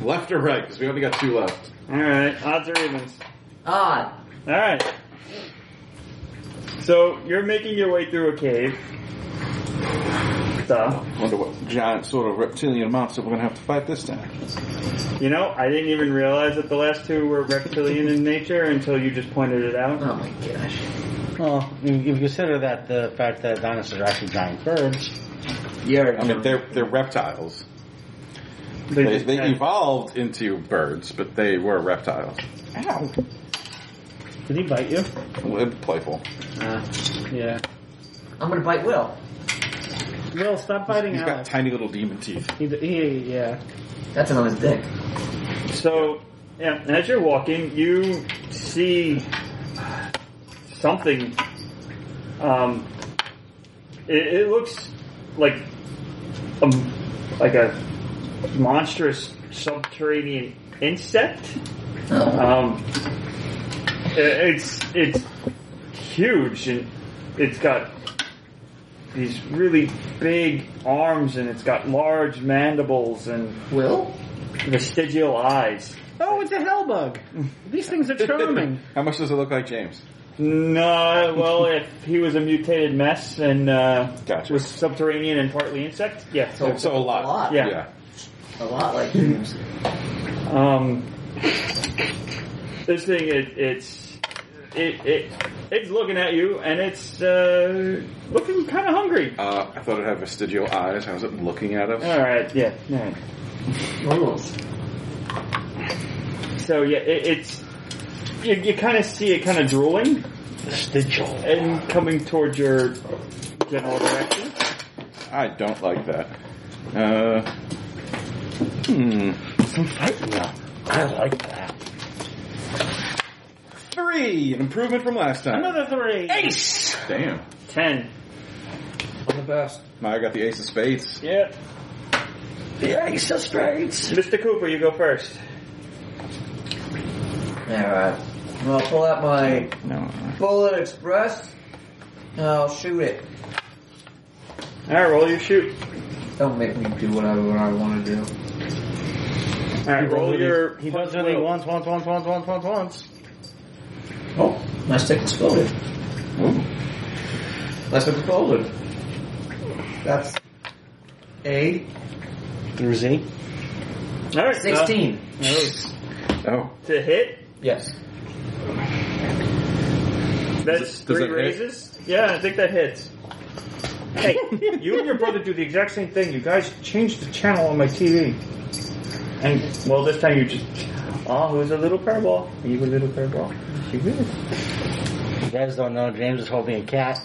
A: Left or right? Because we only got two left.
E: All right, odds or evens.
G: Ah,
E: All right. So you're making your way through a cave. So,
A: Wonder what giant sort of reptilian monster we're going to have to fight this time.
E: you know, I didn't even realize that the last two were reptilian in nature until you just pointed it out.
G: oh my gosh.
B: Well, if you consider that the fact that dinosaurs are actually giant birds,
G: You're
A: I mean, they're they're reptiles. They, they evolved into birds, but they were reptiles.
D: Did he bite you?
A: Playful.
D: Yeah.
G: I'm gonna bite Will.
D: Will, stop biting
A: He's got
D: Alex.
A: tiny little demon teeth.
D: He, he, yeah.
G: That's on his dick.
E: So, yeah, as you're walking, you see something. Um, it, it looks like a, like a monstrous subterranean insect. Um, i- it's it's huge and it's got these really big arms and it's got large mandibles and
G: Will?
E: vestigial eyes.
D: Oh, it's a hell bug. These things are charming.
A: How much does it look like, James?
E: No, well, if he was a mutated mess and uh,
A: Gotcha.
E: was subterranean and partly insect, yes.
G: So,
A: So a lot.
G: A lot.
E: Yeah.
G: A lot like James.
E: Um, this thing, it, it's it, it it's looking at you, and it's uh, looking kind of hungry.
A: Uh, I thought it had vestigial eyes. How's it looking at us?
E: All right, yeah. all right.
G: Rules.
E: So yeah, it, it's you, you kind of see it kind of drooling and coming towards your general direction.
A: I don't like that. Uh, hmm.
B: I like that.
A: Three, an improvement from last time.
D: Another three.
A: Damn.
E: Ten.
G: I'm the best.
A: I got the ace of spades.
E: Yeah.
G: The ace of spades.
E: Mr. Cooper, you go first.
G: Alright. Well, I'll pull out my
A: No.
G: Bullet Express. and I'll shoot it.
E: All right, roll your shoot.
G: Don't make me do what I, what I want to do.
E: All right, roll your.
B: He does what he wants, wants, wants, wants, wants, wants, wants.
G: Oh, my stick exploded. My stick exploded. That's a
B: Through Z.
E: All right, uh,
G: sixteen.
A: Oh.
E: to hit.
G: yes.
E: That's
A: does
E: three
A: it hit?
E: raises. Yeah, I think that hits. Hey, you and your brother do the exact same thing. You guys change the channel on my TV. And well, this time you just. Oh, it was a little curveball. You were a little curveball. You really?
B: You guys don't know, James is holding a cat.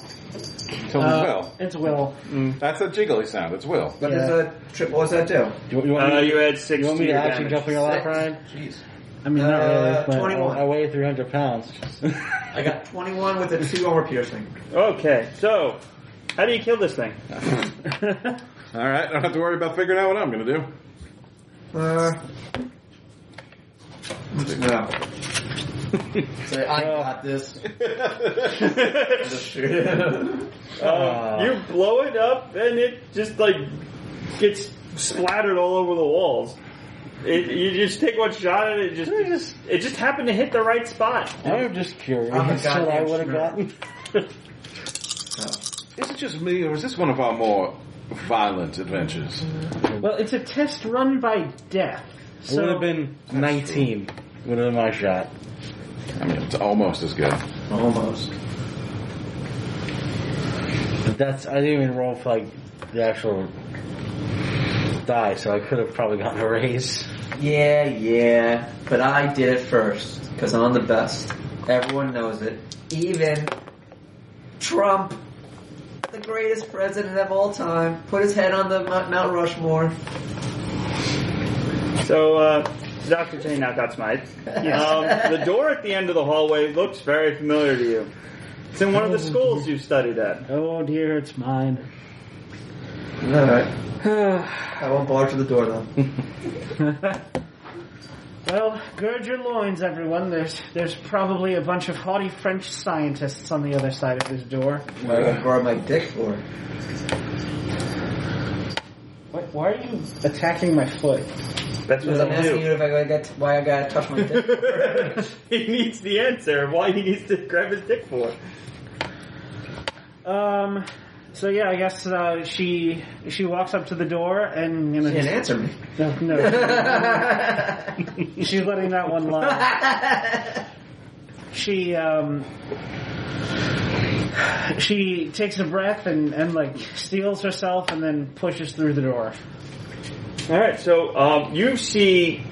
A: So
D: Uh,
A: Will.
D: It's Will.
A: That's a jiggly sound. It's Will.
G: What does a trip? What does that do?
B: Do you, you want,
E: Uh,
B: me,
E: you had six.
B: you want me to
E: your
B: actually
E: damage.
B: jump in your lap,
G: Six.
B: Ryan?
G: Jeez,
D: I mean, not
G: Uh,
D: really, but
G: 21.
B: I, I weigh 300 pounds.
G: I got twenty-one with a two armor piercing.
E: Okay, so how do you kill this thing?
A: All right. I don't have to worry about figuring out what I'm going to do.
G: Uh, no. Say I got this.
E: Uh, you blow it up, and it just like gets splattered all over the walls. It, you just take one shot, and it just, it just happened to hit the right spot.
B: I'm just curious
G: I'm a
B: what I
G: goddamn
B: would have
G: schmuck.
B: gotten.
A: Is it just me, or is this one of our more violent adventures?
D: Well, it's a test run by death.
B: It would have
D: So
B: been 19. Would have been my shot.
A: I mean, it's almost as good.
G: Almost.
B: But that's I didn't even roll for like the actual die, so I could have probably gotten a raise.
G: Yeah, yeah. But I did it first because I'm the best. Everyone knows it. Even Trump, the greatest president of all time, put his head on the Mount Mount Rushmore.
E: So, uh, Dr. Chain now got smite. Um, the door at the end of the hallway looks very familiar to you. It's in one of the schools you studied at.
D: oh dear, it's mine.
G: All right. I won't barge to the door though.
D: Well, gird your loins, everyone. There's there's probably a bunch of haughty French scientists on the other side of this door.
G: What am I gonna borrow my dick for?
D: Why, why are you attacking my foot?
E: That's
G: Because
E: what
G: I'm
E: I
G: asking
E: do.
G: you if I got why I gotta touch my dick.
E: he needs the answer. of Why he needs to grab his dick for?
D: Um. So yeah, I guess uh, she she walks up to the door and you know,
G: She didn't answer me.
D: no, no. she's letting that one lie. She um She takes a breath and, and like steals herself and then pushes through the door.
E: All right, so um, you see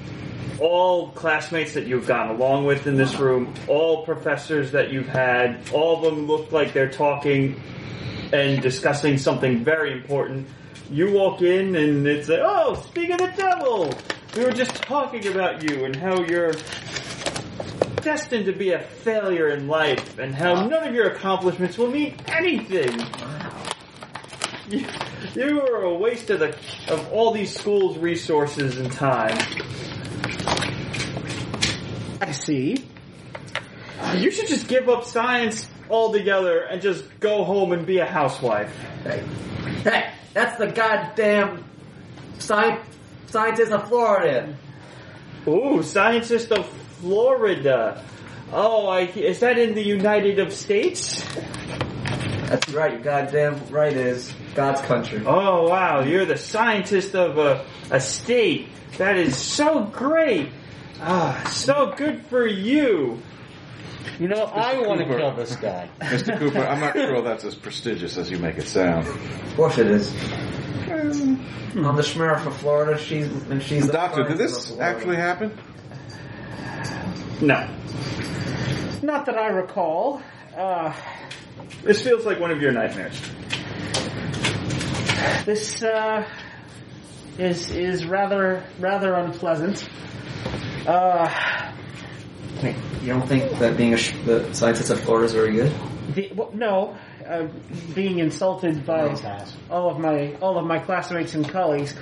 E: all classmates that you've gotten along with in this room, all professors that you've had, all of them look like they're talking and discussing something very important. You walk in and it's like, oh, speak of the devil! We were just talking about you and how you're destined to be a failure in life and how none of your accomplishments will mean anything. You, you are a waste of, the, of all these schools' resources and time.
D: I see.
E: You should just give up science altogether and just go home and be a housewife.
G: Hey, hey, that's the goddamn sci- scientist of Florida.
E: Ooh, scientist of Florida. Oh, I, is that in the United of States?
G: That's right, you goddamn right it is. God's country.
E: Oh wow, you're the scientist of a, a state. That is so great. Ah, so good for you.
B: You know, I want to
F: Cooper.
B: kill this guy.
F: Mr. Cooper, I'm not sure that's as prestigious as you make it sound.
G: Of course it is. I'm the sheriff of Florida. She's and she's the
F: Doctor, did this
G: scientist of Florida.
F: actually happen?
E: No,
D: Not that I recall. Uh,
E: this feels like one of your nightmares.
D: this uh, is is rather rather unpleasant. Uh,
G: Wait, you don't think that being a sh- the scientist of Florida is very good?
D: the, well, no, uh, being insulted by all of my all of my classmates and colleagues.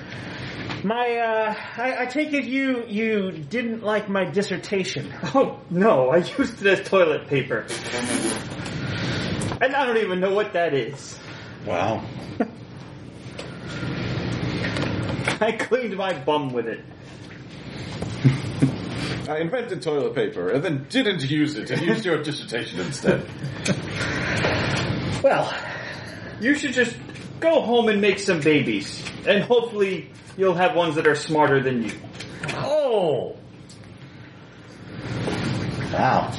D: My, uh, I, I take it you you didn't like my dissertation.
E: Oh no, I used it as toilet paper, and I don't even know what that is.
F: Wow.
E: I cleaned my bum with it.
F: I invented toilet paper and then didn't use it and used your dissertation instead.
D: Well,
E: You should just go home and make some babies, and hopefully you'll have ones that are smarter than you.
B: Oh! Wow.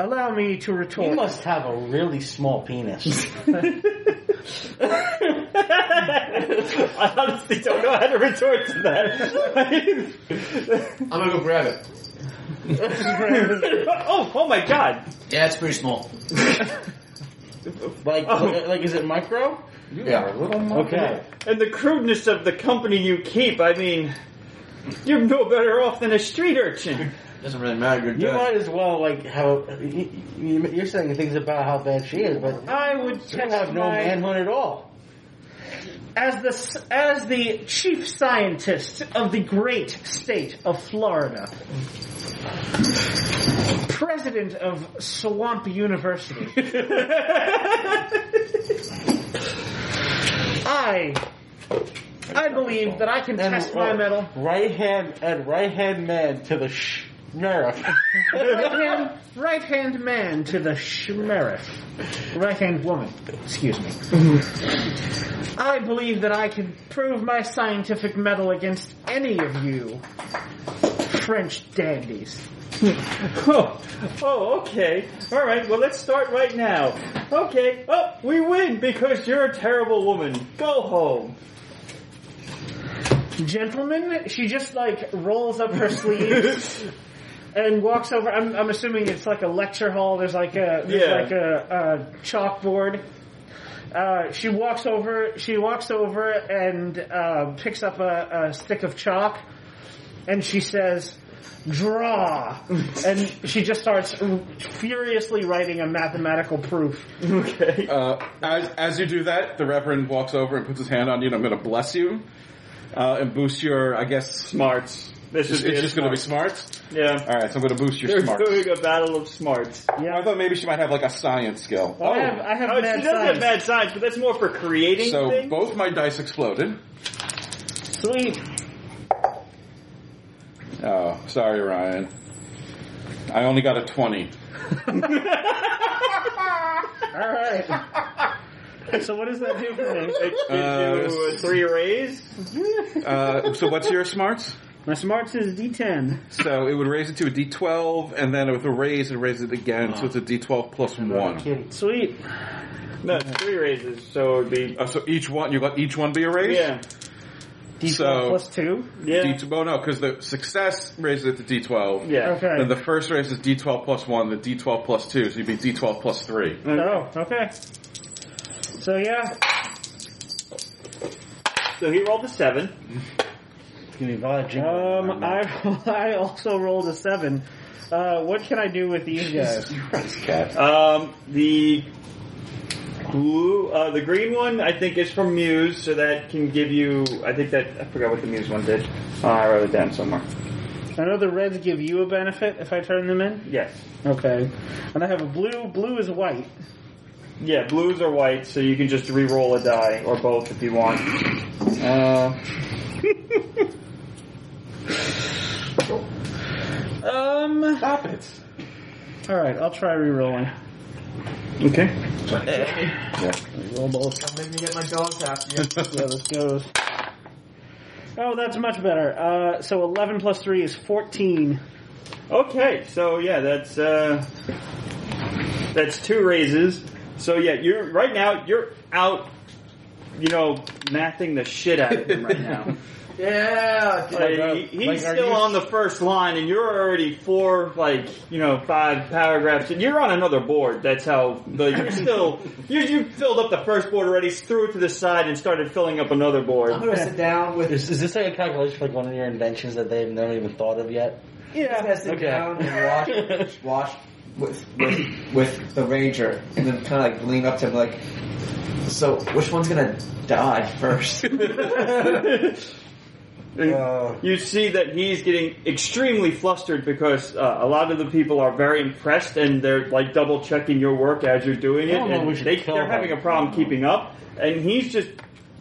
D: allow me to
B: You
D: retort.
B: must have a really small penis.
E: I honestly don't know how to retort to that.
G: I'm gonna go grab it.
E: oh, oh my god!
G: Yeah, it's pretty small.
B: like, uh, like, is it micro?
F: You
G: Yeah.
F: are a little monkey.
B: Oh. Okay.
E: And the crudeness of the company you keep, I mean, you're no better off than a street urchin.
G: Doesn't really matter.
B: You might as well, like, how. You, you- you're saying things about how bad she is, but
D: I would
B: you have no
D: testify-
B: manhood at all.
D: as the as the chief scientist of the great state of Florida, president of Swamp University. I I believe that I can test my metal.
B: uh, Right hand and right hand man to the sh. Sheriff.
D: Right hand, right hand man to the sheriff. Right hand woman, excuse me. I believe that I can prove my scientific metal against any of you French dandies.
E: oh, oh, okay. Alright, well let's start right now. Okay, oh, we win because you're a terrible woman. Go home.
D: Gentlemen, she just like rolls up her sleeves. And walks over. I'm, I'm assuming it's like a lecture hall. There's like a there's
E: Yeah.
D: like a, a chalkboard. Uh, she walks over. She walks over and uh, picks up a, a stick of chalk, and she says, "Draw." and she just starts furiously writing a mathematical proof.
E: Okay.
F: Uh, as, as you do that, the Reverend walks over and puts his hand on you, and I'm going to bless you uh, and boost your, I guess,
E: Smarts. This
F: it's,
E: is
F: it's just going to be smarts. All
E: Yeah.
F: right, so I'm going to boost your
E: They're
F: smarts.
E: doing a battle of smarts.
F: I thought maybe she might have like a science skill.
D: I have I have
E: Oh, she
D: mad
E: doesn't have
D: science.
E: bad science, but that's more for creating
F: so
E: things.
F: both my dice exploded.
D: Sweet.
A: Uh,
F: Oh, sorry, Ryan. I only got a 20.
D: All right. so what does that do for me?
E: It gives
F: Uh,
E: you a three raise.
A: uh,
F: Uh, so what's your smarts?
D: My smarts is D10.
A: So it would raise it to a D12, and then with a raise, it raises it again. So it's a D12 plus one.
D: Sweet.
E: No, it's three raises, so it'd be
A: Uh, so each one, you let each one be a raise.
E: yeah,
D: D12
A: So-
D: plus 2.
E: yeah,
A: D12, oh no, because the success raises it to D12.
E: yeah.
D: Okay.
A: Then the first raise is D12 plus one, the D12 plus two, so you'd be D12 plus three.
D: Oh, okay. So yeah,
E: So he rolled a seven.
B: Give me a lot of jingle.
D: um, I I also rolled a seven. Uh, what can I do with these guys?
E: Um, the blue, uh, the green one, I think is from Muse, so that can give you. I think that I forgot what the Muse one did. Uh, I wrote it down somewhere.
D: I know the reds give you a benefit if I turn them in.
E: Yes.
D: Okay, and I have a blue. Blue is white.
E: Yeah, blues or white, so you can just re-roll a die or both if you want. Uh,
D: Um. Stop it. All right, I'll try re-rolling.
E: okay.
G: Don't make me get my dogs after you.
D: See how this goes. Oh, that's much better. Uh, so eleven plus three is fourteen.
E: Okay, so yeah, that's uh, that's two raises. So yeah, you're right now you're out. You know, mathing the shit out of him right now.
G: yeah,
E: Like, he- he's still on the first line, and you're already four, like you know, five paragraphs, and you're on another board. That's how the, you're still you you filled up the first board already, threw it to the side, and started filling up another
G: I'm
E: board.
G: gonna sit down with.
B: Is, is this like a calculation for like one of your inventions that they've never even thought of yet?
G: I'm gonna sit down and watch, watch with, with with the ranger, and then kind of like lean up to him like. So which one's gonna die first? Uh,
E: you see that he's getting extremely flustered because uh, a lot of the people are very impressed and they're like double checking your work as you're doing it,
B: I don't know if
E: and
B: we should
E: they,
B: kill
E: they're
B: him.
E: having a problem keeping up. And he's just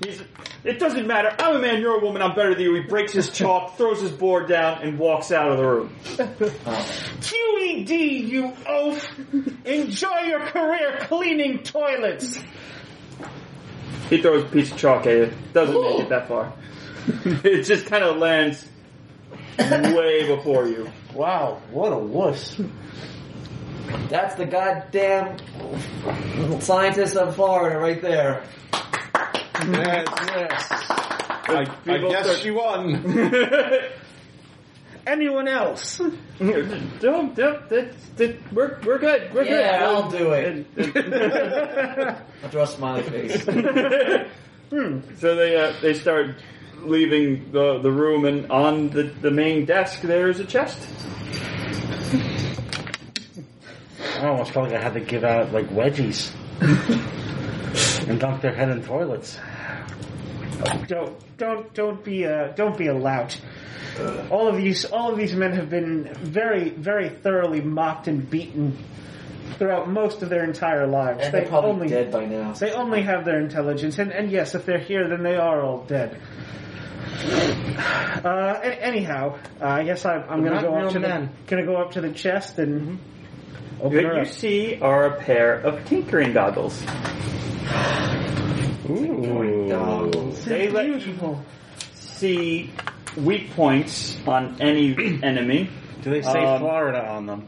E: he's. It doesn't matter. I'm a man. You're a woman. I'm better than you. He breaks his chalk, throws his board down, and walks out of the room.
G: E
D: QED, you oaf! Enjoy your career cleaning toilets!
E: He throws a piece of chalk at you. Doesn't make it that far. it just kind of lands way before you.
B: Wow, what a wuss.
G: that's the goddamn scientist of Florida right there.
A: I, I guess she won.
D: Anyone else?
E: Don't, don't, that's, that, we're, we're good, we're
G: Yeah,
E: good.
G: I'll do it. I'll draw a smiley face.
E: So they uh, they start leaving the the room, and on the the main desk there is a chest.
B: I almost felt like I had to give out like wedgies and dunk their head in toilets.
D: Don't, don't, don't be a, don't be a lout. All of these, all of these men have been very, very thoroughly mocked and beaten throughout most of their entire lives.
G: And they're probably dead by now.
D: They only have their intelligence, and, and yes, if they're here, then they are all dead. Uh, an- anyhow, uh, I guess I, I'm
B: They're
D: gonna
B: not
D: go
B: real
D: up to
B: men.
D: the gonna go up to the chest and open
E: What
D: her
E: you
D: up.
E: see are a pair of tinkering goggles. They let
D: Beautiful.
E: see weak points on any enemy.
B: Do they say
E: Um,
B: Florida on them?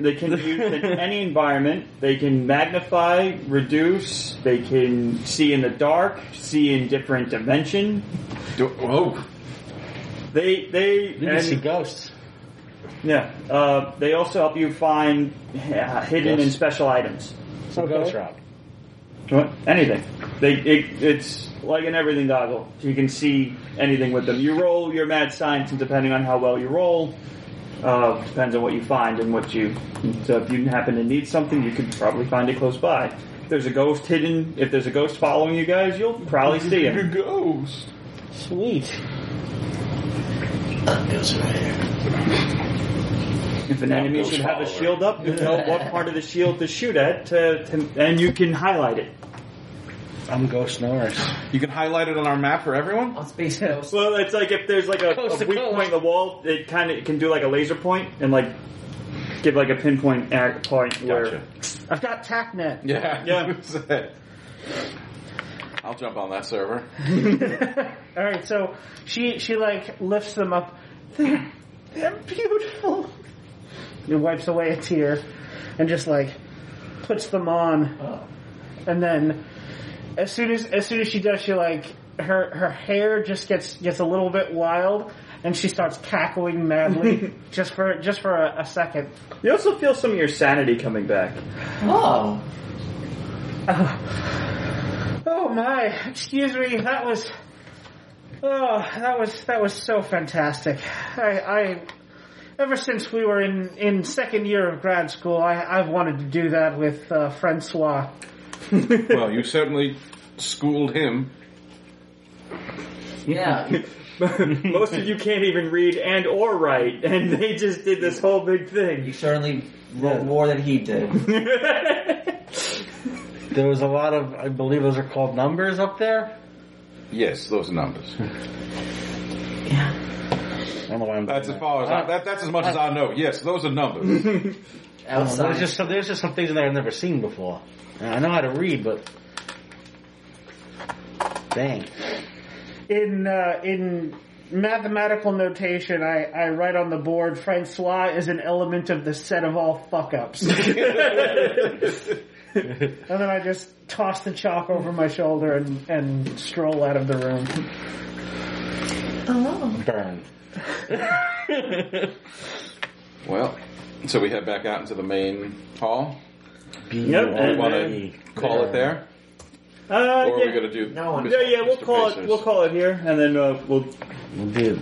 E: They can be used in any environment. They can magnify, reduce. They can see in the dark, see in different dimension.
A: Do, oh,
E: They they
B: You can
E: and-
B: see ghosts.
E: yeah. Uh, they also help you find uh, hidden and special items.
B: So ghost rock.
E: What? Anything. They it, it's like an everything goggle. You can see anything with them. You roll your mad science, and depending on how well you roll, uh, depends on what you find and what you. So if you happen to need something, you could probably find it close by. If there's a ghost hidden, if there's a ghost following you guys, you'll probably see
A: you
E: him.
A: goes.
D: Sweet.
E: If an enemy should have a shield up, you know what part of the shield to shoot at, to, to, and you can highlight it.
B: I'm ghost Norris.
A: You can highlight it on our map for everyone.
G: On Space Ghost.
E: Well, Oh, it's like if there's like a,
B: Coast
E: a
B: to
E: weak
B: coast.
E: point in the wall, it kind of can do like a laser point and like give like a pinpoint ac- point where.
D: I've got TACnet.
A: Yeah.
E: Yeah.
A: I'll jump on that server.
D: All right, so she she like lifts them up. They're they're beautiful. And wipes away a tear, and just like puts them on, and then as soon as as soon as she does, she like her her hair just gets gets a little bit wild, and she starts cackling madly just for just for a, a second.
E: You also feel some of your sanity coming back.
G: Oh.
D: Oh my! Excuse me. That was. Oh, that was that was so fantastic. I, I ever since we were in in second year of grad school, I I've wanted to do that with uh, Francois.
F: well, you certainly schooled him.
G: Yeah.
E: Most of you can't even read and or write, and they just did this whole big
G: You
E: thing.
G: certainly wrote more than he did.
B: There was a lot of, I believe those are called numbers up there.
F: Yes, those numbers.
B: I don't know why I'm
F: That's as
B: doing
F: far as I, that, that's as much as I know. Yes, those are numbers.
B: that. There's
G: Outside.
B: just some, there's just some things in there I've never seen before. And I know how to read, but dang,
D: In uh, in mathematical notation, I I write on the board Francois is an element of the set of all fuck ups, and then I just toss the chalk over my shoulder and and stroll out of the room.
H: Oh.
B: burn.
A: Well, so we head back out into the main hall.
E: Yep,
A: We
E: and
A: want
E: then-
A: to call it there,
E: uh,
A: or are we
E: yeah,
A: going to do?
G: No one-
E: yeah, yeah, we'll
A: Mr.
E: call it.
A: Pacers?
E: We'll call it here, and then uh, we'll.
B: We'll do.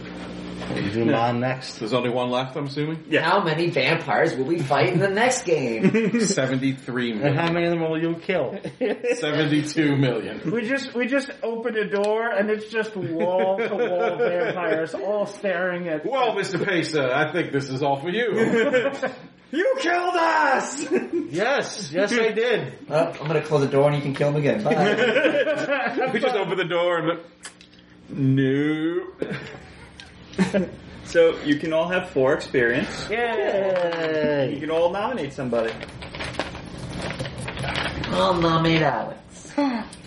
B: We'll do mom next.
A: There's only one left, I'm assuming.
G: How many vampires will we fight in the next game?
A: Seventy-three
B: And
A: million.
B: how many of them will you kill?
A: Seventy-two million.
D: We just we just opened a door and it's just wall to wall vampires all staring at.
A: Well, Mr. Pacer, I think this is all for you.
E: You killed us.
B: yes, yes, I did.
G: Oh, I'm gonna close the door and you can kill him again. Bye.
A: we just open the door and no.
E: so you can all have four experience. You
B: Yay!
E: can all nominate somebody.
H: Oh,
G: I'll nominate Alex.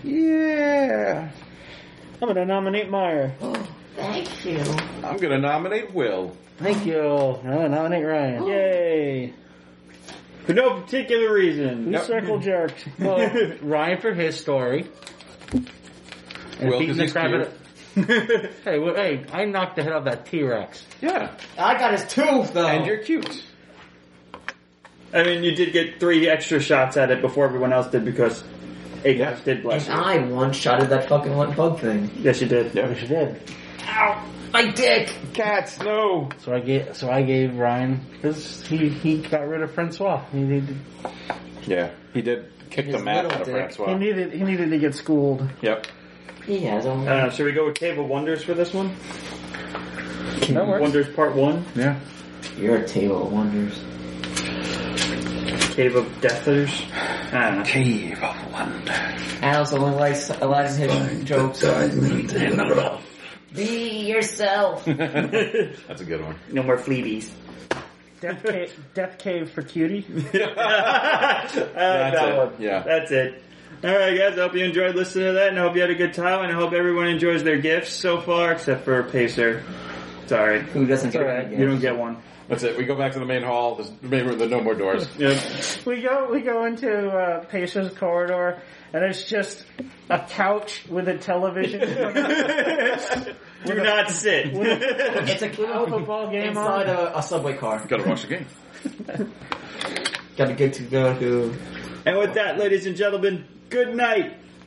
A: Yeah,
D: I'm gonna nominate Meyer.
H: Oh, Thank you.
A: I'm going to nominate Will.
B: Thank you. I'm gonna nominate Ryan.
D: Yay!
E: For no particular reason.
D: Who circle jerked?
B: Well, Ryan for his story. And
A: Will,
B: beating
A: 'cause
B: the
A: he's
B: crap
A: cute.
B: out of- Hey, well, hey! I knocked the head off that T Rex.
A: Yeah,
G: I got his tooth though.
A: and you're cute.
E: I mean, you did get three extra shots at it before everyone else did because Apex did bless
G: And
E: you.
G: I one shotted that fucking one bug thing.
E: Yes, you did.
B: Yes, you did.
G: My dick.
A: Cats, no.
B: So I gave, so I gave Ryan because he he got rid of Francois. He needed,
A: Yeah, he did kick
G: His
A: the map
G: little
A: out of
G: dick.
D: He
A: Francois.
D: needed he needed to get schooled.
A: Yep.
G: He has only.
E: Uh, should we go with Cave of Wonders for this one?
B: that works.
E: Wonders Part One,
A: Yeah.
G: You're a table of wonders.
E: Cave of Deathers. I don't know.
A: Cave of Wonder.
G: Alex only likes Aladdin hidden jokes.
H: Be yourself.
A: That's a good one.
E: No more fleebies.
D: Death cave, death cave for cutie.
E: That's that
A: it.
E: One.
A: Yeah.
E: That's it. All right, guys. I hope you enjoyed listening to that, and I hope you had a good time, and I hope everyone enjoys their gifts so far, except for Pacer. Sorry,
G: Who doesn't get
E: right. you don't get one.
A: That's it. We go back to the main hall. There's, maybe there are no more doors.
E: Yep.
D: We go we go into uh, Pacer's corridor and it's just a couch with a television
E: Do not sit.
G: It's a
D: football game
G: inside
D: on.
G: a, a subway car.
A: Gotta watch the game.
G: Got a good to go to.
E: and with that, ladies and gentlemen, good night.